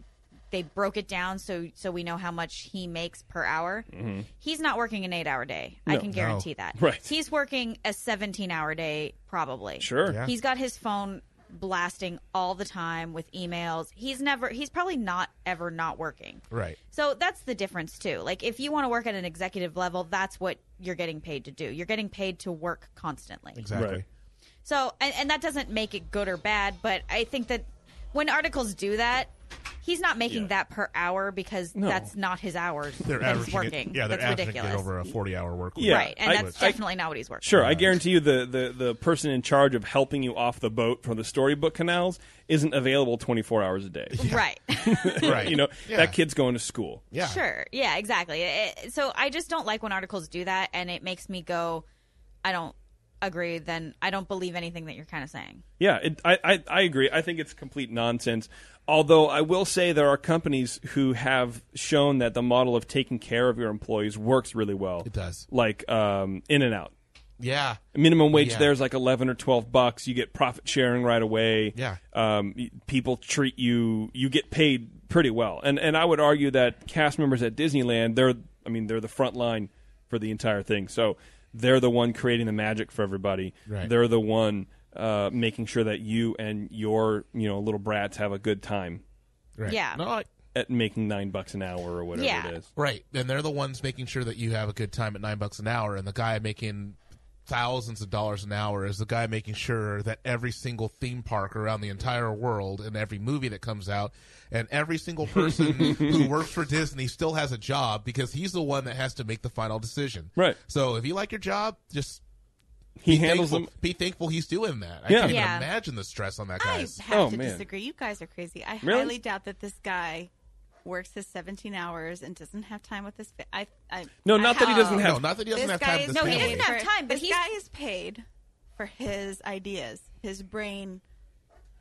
D: they broke it down so so we know how much he makes per hour.
F: Mhm.
D: He's not working an eight hour day. I
F: No.
D: can
F: No.
D: guarantee that.
F: Right.
D: He's working a seventeen hour day probably.
F: Sure. Yeah.
D: He's got his phone blasting all the time with emails. He's never. He's probably not ever not working.
C: Right.
D: So that's the difference too. Like if you want to work at an executive level, that's what you're getting paid to do. You're getting paid to work constantly.
C: Exactly.
D: So and, and that doesn't make it good or bad, but I think that when articles do that, he's not making
C: Yeah.
D: that per hour because that's not his hours.
C: They're
D: that he's
C: averaging it-
D: working.
C: yeah, they're
D: that's
C: averaging
D: ridiculous.
C: it over a forty-hour work week.
B: Yeah,
D: right, and
B: I-
D: that's
B: I-
D: definitely not what he's working.
B: Sure, I guarantee you the, the, the person in charge of helping you off the boat from the storybook canals isn't available 24 hours a day.
C: [LAUGHS]
D: Right.
B: right. You know, that kid's going to school.
D: [LAUGHS] Sure. Yeah, exactly. It- so I just don't like when articles do that, and it makes me go, I don't agree, then I don't believe anything that you're kind of saying.
B: Yeah, it, I, I, I agree. I think it's complete nonsense. Although I will say there are companies who have shown that the model of taking care of your employees works really well. It
C: does.
B: Like um, In and Out.
C: Yeah.
B: Minimum wage
C: Yeah.
B: there is like 11 or 12 bucks. You get profit sharing right away.
C: Yeah.
B: Um, y- people treat you, you get paid pretty well. And, and I would argue that cast members at Disneyland, they're, I mean, they're the front line for the entire thing. So they're the one creating the magic for everybody.
C: Right.
B: They're the one uh, making sure that you and your, you know, little brats have a good time.
C: Right.
D: Yeah. No, I-
B: at making nine bucks an hour or whatever
D: Yeah.
B: it is.
C: Right. And they're the ones making sure that you have a good time at nine bucks an hour. And the guy making thousands of dollars an hour is the guy making sure that every single theme park around the entire world and every movie that comes out and every single person
B: [LAUGHS]
C: who works for Disney still has a job because he's the one that has to make the final decision.
B: Right.
C: So if you like your job, just.
B: He
C: be
B: handles
C: thankful,
B: them-
C: Be thankful he's doing that. I
B: Yeah.
C: can't even
F: Yeah.
C: imagine the stress on that
F: I
C: guy.
B: Oh,
F: have to disagree. You guys are crazy. I
C: Really?
F: highly doubt that this guy works his 17 hours and doesn't have time with his. Fa- I, I
B: No, not that he
F: I-
B: doesn't have-
C: No, not that he doesn't
F: This
C: have
F: guy
C: time
F: is
C: with his
F: paid
C: family.
F: for-
D: have time, but
F: this
D: he's-
F: guy is paid for his ideas, his brain,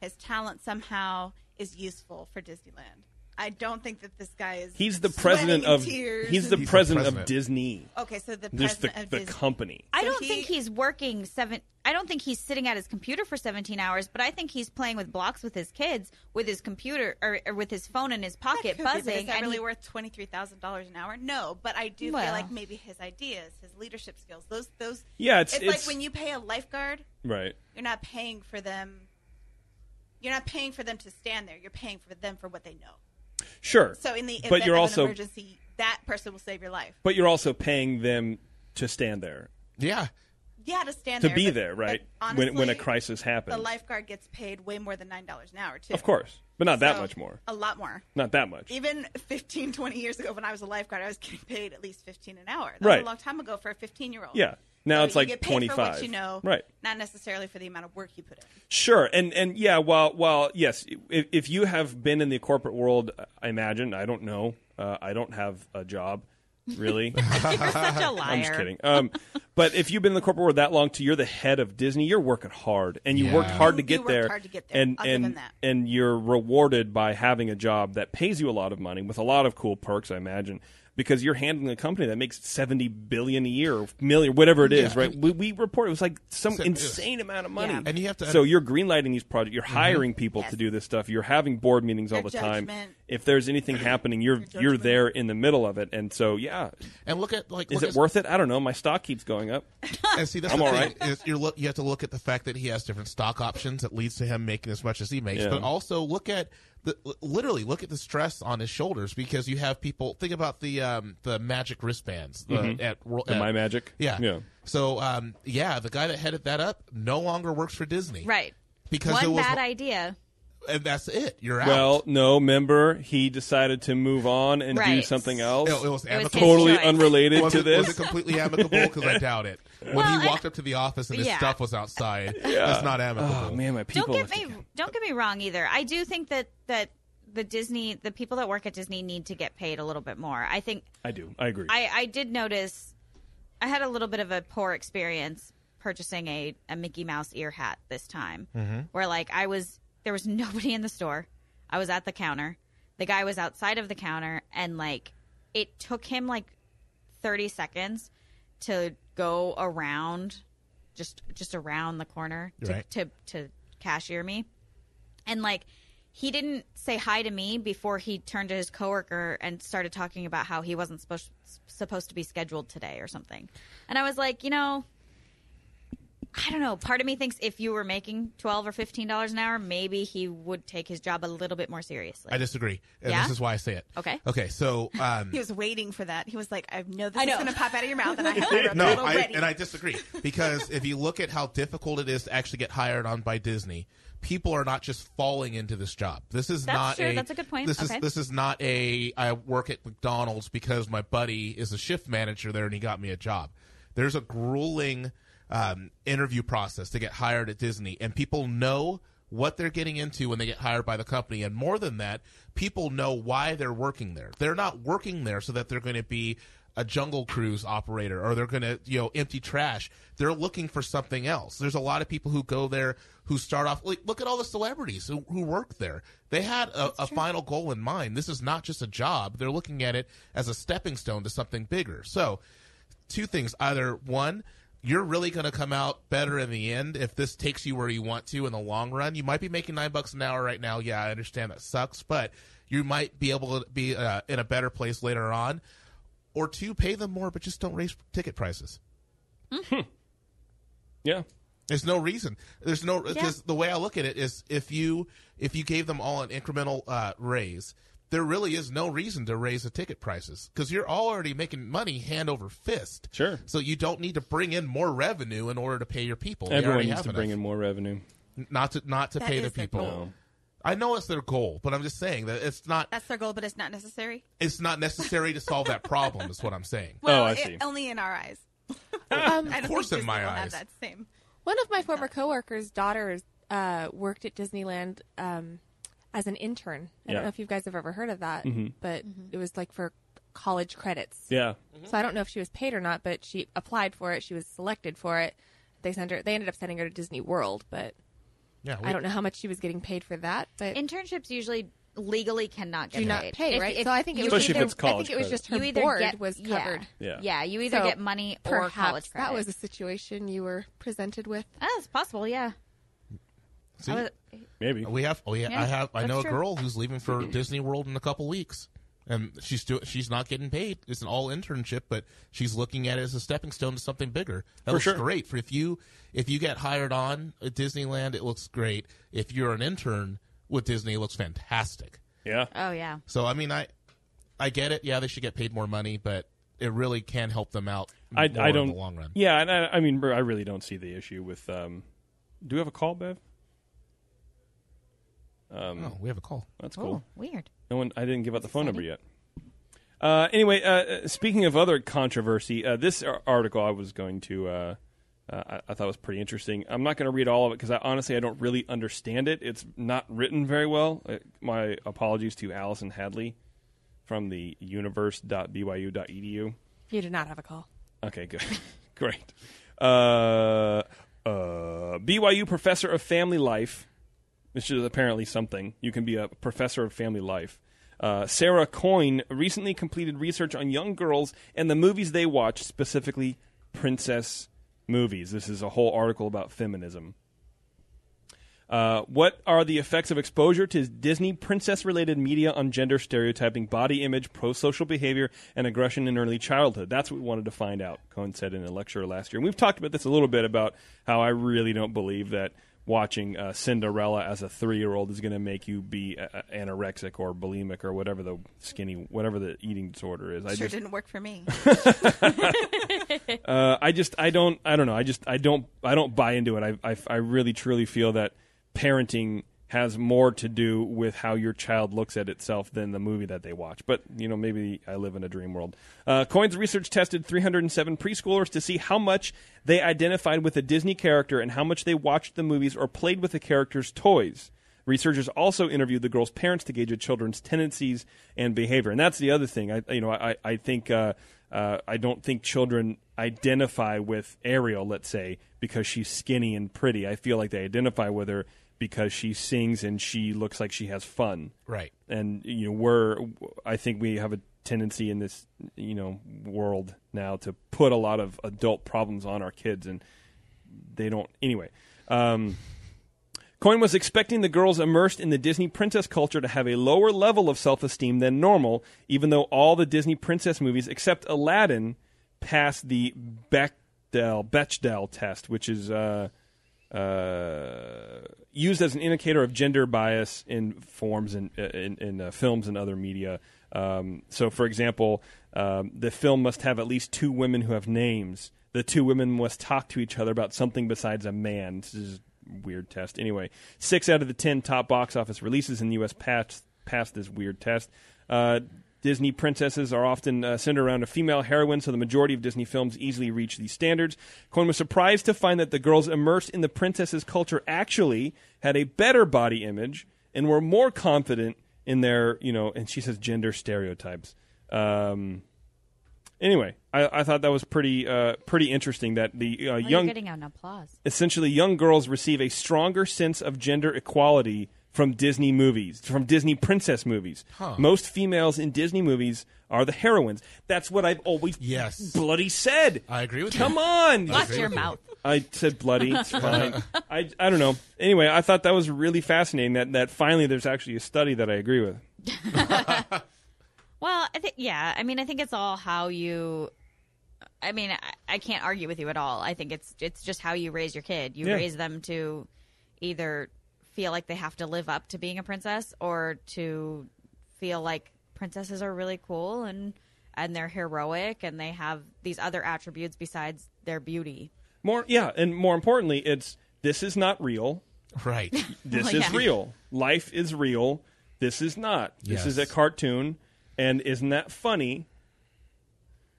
F: his talent somehow is useful for Disneyland. I don't think that this guy is.
B: He's the
F: sweating
B: president of
F: tears
B: he's
F: and-
B: the president of Disney.
F: Okay, so the
B: Just the,
F: president of
B: the
F: Disney.
B: company.
D: I don't think he's working seven. I don't think he's sitting at his computer for 17 hours, but I think he's playing with blocks with his kids, with his computer or, or with his phone in his pocket,
F: Could be, but
D: buzzing.
F: Is that
D: and
F: really
D: he-
F: worth twenty three thousand dollars an hour? No, but I do
D: Well.
F: feel like maybe his ideas, his leadership skills, those those.
B: Yeah, it's- it's-
F: like when you pay a lifeguard,
B: Right.
F: you're not paying for them. You're not paying for them to stand there. You're paying for them for what they know.
B: Sure.
F: So in the event
B: but you're
F: of
B: also
F: an emergency, that person will save your life.
B: but you're also paying them to stand there.
C: Yeah.
F: Yeah, to stand
B: to
F: there,
B: be
F: but-
B: there,
F: but
B: right?
F: honestly,
B: when when a crisis happens.
F: the lifeguard gets paid way more than nine dollars an hour too.
B: Of course. But not that
F: So,
B: much more.
F: A lot more.
B: Not that much.
F: Even 15, 20 years ago, when I was a lifeguard, I was getting paid at least fifteen an hour. That was
B: Right.
F: a long time ago for a fifteen-year-old.
B: Yeah. Now it's
F: you
B: like
F: get paid for what
B: 25.
F: you know,
B: Right.
F: Not necessarily for the amount of work you [LAUGHS] put in.
B: Sure, and and yeah, while while yes, if, if you have been in the corporate world, I imagine I don't know, uh, I don't have a job,
F: [LAUGHS]
B: really.
D: You're such
B: [LAUGHS]
D: a
B: I'm just
D: liar.
B: kidding. Um, but if you've been in the corporate world that long, to you're the head of Disney, you're working hard, and you
C: Yeah.
B: worked hard to
F: You
B: get
F: worked
B: there,
F: hard to get there,
B: and
F: other
B: and
F: than that.
B: and you're rewarded by having a job that pays you a lot of money with a lot of cool perks, I imagine. Because you're handling a company that makes seventy billion a year, or million, whatever it is,
C: Yeah.
B: right? We, we report it was like some
C: So-
B: insane amount of money,
C: Yeah. And you have to- Mm-hmm.
B: So you're greenlighting these projects. You're hiring people
C: Yes.
B: to do this stuff. You're having board meetings all the
C: Your
B: time.
C: judgment.
B: If there's anything happening, you're you're there in the middle of it. And so, yeah.
C: And look at like
B: is
C: look
B: it
C: at-
B: worth it? I don't know. My stock keeps going
D: [LAUGHS]
B: up.
C: And see, that's
B: I'm
C: the
B: all
C: thing, is you're look, you have to look at the fact that he has different stock options that leads to him making as much as he makes,
B: Yeah.
C: but also look at the li- literally look at the stress on his shoulders because you have people think about the um, the magic wristbands the,
B: Mhm.
C: at, World-
B: The
C: at
B: My Magic?
C: yeah
B: Yeah.
C: so um, yeah the guy that headed that up no longer works for Disney
D: right.
C: because
D: One
C: it was
D: bad idea.
C: and that's it you're out
B: Well, no, remember he decided to move on and do
D: Right.
B: something else.
C: No, it was It was amicable. his
B: totally
C: choice.
B: unrelated
C: was
B: to
C: it,
B: this.
C: was it completely amicable
B: [LAUGHS]
C: because I doubt it when
D: Well,
C: he walked up to the office and his
D: Yeah.
C: stuff was outside
B: Yeah.
C: that's not amicable
B: Oh, man, my people.
D: don't get me don't get me wrong either. I do think that that the Disney the people that work at Disney need to get paid a little bit more. I think
B: I do. I agree.
D: I, I did notice I had a little bit of a poor experience purchasing a, a Mickey Mouse ear hat this time.
H: Mhm.
D: Where like I was there was [LAUGHS] nobody in the store. I was at the counter. The guy was outside of the counter and like it took him like 30 seconds to go around just just around the corner to
H: Right.
D: to, to cashier me. And like he didn't say hi to me before he turned to his coworker and started talking about how he wasn't supposed supposed to be scheduled today or something. And I was like, you know, I don't know. Part of me thinks if you were making twelve or fifteen dollars an hour, maybe he would take his job a little bit more seriously.
C: I disagree and
D: Yeah?
C: this is why I say it
D: Okay.
C: okay so um,
F: He was waiting for that. He was like, "I know this
D: I
F: is
D: know.
F: going to pop out of your [LAUGHS] mouth," and I have my
C: no,
F: rebuttal
C: I,
F: ready.
C: and I disagree because if you look at how difficult it is to actually get hired on by Disney, people are not just falling into this job. This is
D: That's
C: not
D: true.
C: a
D: That's a good point.
C: This
D: Okay.
C: is this is not a I work at McDonald's because my buddy is a shift manager there and he got me a job. There's a grueling um, interview process to get hired at Disney, and people know what they're getting into when they get hired by the company and more than that people know why they're working there they're not working there so that they're going to be a jungle cruise operator or they're going to you know empty trash they're looking for something else there's a lot of people who go there who start off like look at all the celebrities who, who work there they had a, a final goal in mind this is not just a job they're looking at it as a stepping stone to something bigger so two things either one you're really going to come out better in the end if this takes you where you want to in the long run you might be making nine bucks an hour right now yeah i understand that sucks but you might be able to be uh, in a better place later on or two pay them more but just don't raise ticket prices
B: yeah
C: there's no reason there's no
B: Yeah.
C: because the way i look at it is if you if you gave them all an incremental uh, raise there really is no reason to raise the ticket prices because you're already making money hand over fist
B: sure
C: so you don't need to bring in more revenue in order to pay your people They
B: Everyone
C: already
B: needs
C: have
B: to
C: enough.
B: bring in more revenue.
C: not to not to
F: That
C: pay the
F: is their
C: people
F: goal. No.
C: i know it's their goal but i'm just saying that it's not
F: That's their goal, but it's not necessary.
B: Oh,
C: it's not necessary to solve that problem is what i'm saying
F: Well, it- only in
C: [LAUGHS]
F: our eyes.
E: Um,
F: I don't
C: of course
F: think
C: in my
F: Disney will
C: eyes.
F: Have that same.
E: One of my former coworkers' daughters uh, worked at Disneyland um, as an intern.
B: Yeah.
E: I don't know if you guys have ever heard of that,
B: Mhm.
E: but
D: Mm-hmm.
E: it was like for college credits.
B: Yeah.
E: So I don't know if she was paid or not, but she applied for it. She was selected for it. They sent her. They ended up sending her to Disney World, but
C: Yeah,
E: I don't know how much she was getting paid for that. But
D: Internships usually legally cannot get
E: do not
D: paid.
E: pay,
D: If-
E: right?
D: if
E: so I think it
D: you
E: was
B: Especially if
E: either-
B: it's college
E: I think it was
B: credit.
E: just her
D: You either
E: board
D: get-
E: was
D: yeah.
E: covered.
B: Yeah.
D: Yeah, you either
E: So
D: get money or
E: perhaps
D: college
E: That
D: credit.
E: was a situation you were presented with.
D: That's possible. Yeah.
C: See?
D: I was-
B: Maybe
C: we have. Oh yeah,
D: Yeah,
C: I have. I
D: that's
C: know a
D: true.
C: girl who's leaving for Disney World in a couple weeks, and she's do, she's not getting paid. It's an all internship, but she's looking at it as a stepping stone to something bigger. That
B: For
C: looks
B: sure.
C: great for if you if you get hired on at Disneyland, it looks great. If you're an intern with Disney, it looks fantastic.
B: Yeah.
D: Oh yeah.
C: So I mean, I I get it. Yeah, they should get paid more money, but it really can help them out.
B: I,
C: more
B: I don't.
C: in the long run.
B: Yeah, and I, I mean, bro, I really don't see the issue with. Um, do we have a call, Bev? Um,
C: Oh, we have a call.
B: That's cool.
D: Oh, weird.
B: No one. I didn't give out the phone number yet. Uh, anyway, uh, uh, speaking of other controversy, uh, this ar- article I was going to. Uh, uh, I, I thought was pretty interesting. I'm not going to read all of it because I honestly I don't really understand it. It's not written very well. Uh, my apologies to Allison Hadley from the universe.byu.edu.
E: You did not have a call.
B: Okay, good. [LAUGHS] Great. Uh, uh, BYU professor of family life, which is apparently something. You can be a professor of family life. Uh, Sarah Coyne recently completed research on young girls and the movies they watch, specifically princess movies. This is a whole article about feminism. Uh, what are the effects of exposure to Disney princess related media on gender stereotyping, body image, pro social behavior, and aggression in early childhood? That's what we wanted to find out, Cohen said in a lecture last year. And we've talked about this a little bit about how I really don't believe that watching uh, Cinderella as a three year old is going to make you be uh, uh, anorexic or bulimic or whatever the skinny, whatever the eating disorder is. I
F: sure
B: just,
F: didn't work for me.
B: uh, I just I don't I don't know. I just I don't I don't buy into it. I I, I really truly feel that parenting has more to do with how your child looks at itself than the movie that they watch. But, you know, maybe I live in a dream world. Uh, Coin's research tested 307 preschoolers to see how much they identified with a Disney character and how much they watched the movies or played with the character's toys. Researchers also interviewed the girls' parents to gauge a children's tendencies and behavior, and that's the other thing. I, you know, I, I think uh, uh, I don't think children identify with Ariel, let's say, because she's skinny and pretty. I feel like they identify with her because she sings and she looks like she has fun,
C: Right.
B: And you know, we're I think we have a tendency in this you know world now to put a lot of adult problems on our kids, and they don't anyway. Um, Coyne was expecting the girls immersed in the Disney princess culture to have a lower level of self esteem than normal, even though all the Disney princess movies except Aladdin passed the Bechdel, Bechdel test, which is uh, uh, used as an indicator of gender bias in forms and in, in uh, films and other media. Um, so, for example, um, the film must have at least two women who have names. The two women must talk to each other about something besides a man. This is weird test. Anyway, six out of the ten top box office releases in the U.S. passed passed this weird test. Uh, Disney princesses are often uh, centered around a female heroine, so the majority of Disney films easily reach these standards. Cohen was surprised to find that the girls immersed in the princesses culture actually had a better body image and were more confident in their, you know, and she says gender stereotypes. Um, anyway, I, I thought that was pretty uh, pretty interesting that the uh,
D: Oh,
B: young
D: you're getting an applause.
B: essentially young girls receive a stronger sense of gender equality from Disney movies, from Disney princess movies.
C: Huh.
B: Most females in Disney movies are the heroines. That's what I've always
C: Yes.
B: bloody said.
C: I agree with
B: Come
C: you.
B: on.
C: I Watch agree your with you. mouth.
B: I said bloody. It's fine. I, I don't know. Anyway, I thought that was really fascinating that, that finally there's actually a study that I agree with.
D: Well, I think yeah. I mean, I think it's all how you. I mean, I, I can't argue with you at all. I think it's it's just how you raise your kid. You
B: Yeah.
D: raise them to either feel like they have to live up to being a princess, or to feel like princesses are really cool and and they're heroic and they have these other attributes besides their beauty.
B: More, yeah, and more importantly, it's this is not real.
C: Right.
F: Oh
B: This
D: Well,
B: is
D: yeah.
B: real. Life is real. This is not.
C: Yes.
B: This is a cartoon, and isn't that funny?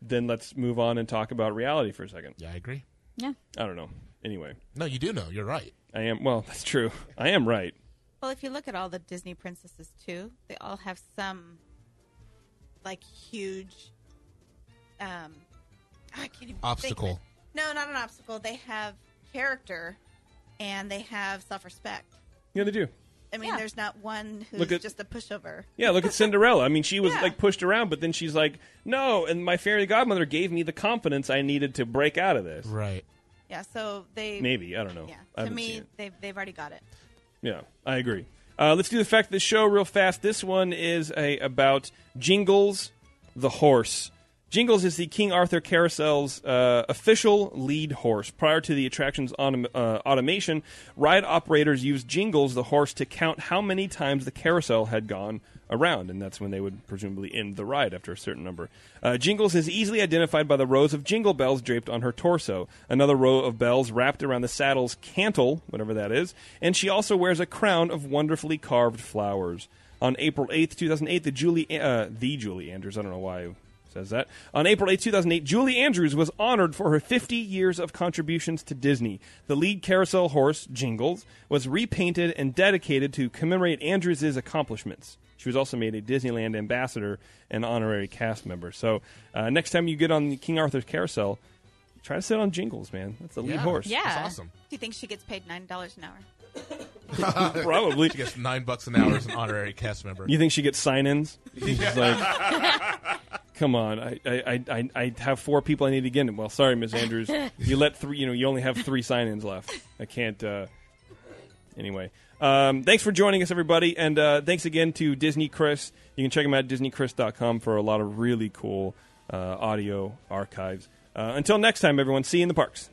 B: Then let's move on and talk about reality for a second.
C: Yeah, I agree.
D: Yeah.
B: I don't know. Anyway,
C: No, you do know. You're right.
B: [LAUGHS] I am. Well, that's true. I am right.
F: Well, if you look at all the Disney princesses too, they all have some like huge um I can't even think of it.
C: Obstacle.
F: No, not an obstacle. They have character and they have self-respect.
B: Yeah, they do.
F: I mean, there's not one who's
B: Look at-
F: just a pushover.
B: Yeah, look at Cinderella. I mean, she was
F: Yeah.
B: like pushed around, but then she's like, "No," and my fairy godmother gave me the confidence I needed to break out of this.
C: Right.
F: Yeah, so they
B: Maybe, I don't know.
F: Yeah,
B: I
F: to
B: haven't seen
F: me,
B: it.
F: they've they've already got it.
B: Yeah, I agree. Uh, let's do the fact of the show real fast. This one is a about Jingles the horse. Jingles is the King Arthur Carousel's uh, official lead horse. Prior to the attraction's autom- uh, automation, ride operators used Jingles the horse to count how many times the carousel had gone around, and that's when they would presumably end the ride after a certain number. Uh, Jingles is easily identified by the rows of jingle bells draped on her torso, another row of bells wrapped around the saddle's cantle, whatever that is, and she also wears a crown of wonderfully carved flowers. On April 8th, 2008, the Julie, uh, the Julie Andrews, I don't know why it says that. On April 8th, 2008, Julie Andrews was honored for her 50 years of contributions to Disney. The lead carousel horse, Jingles, was repainted and dedicated to commemorate Andrews' accomplishments. She was also made a Disneyland ambassador and honorary cast member. So uh, next time you get on the King Arthur's carousel, try to sit on Jingles, man. That's the lead horse.
F: Do you think she gets paid nine dollars an hour?
B: Probably.
C: She gets nine bucks an hour as an honorary cast member.
B: You think she gets sign-ins? She's just like, come on, I, I, I, I have four people I need to get in. Well, sorry, Miss Andrews, you let three. You know, you only have three sign-ins left. I can't. Uh, anyway, um, thanks for joining us, everybody, and uh, thanks again to Disney Chris. You can check him out at disneychris.com for a lot of really cool uh, audio archives. Uh, until next time, everyone. See you in the parks.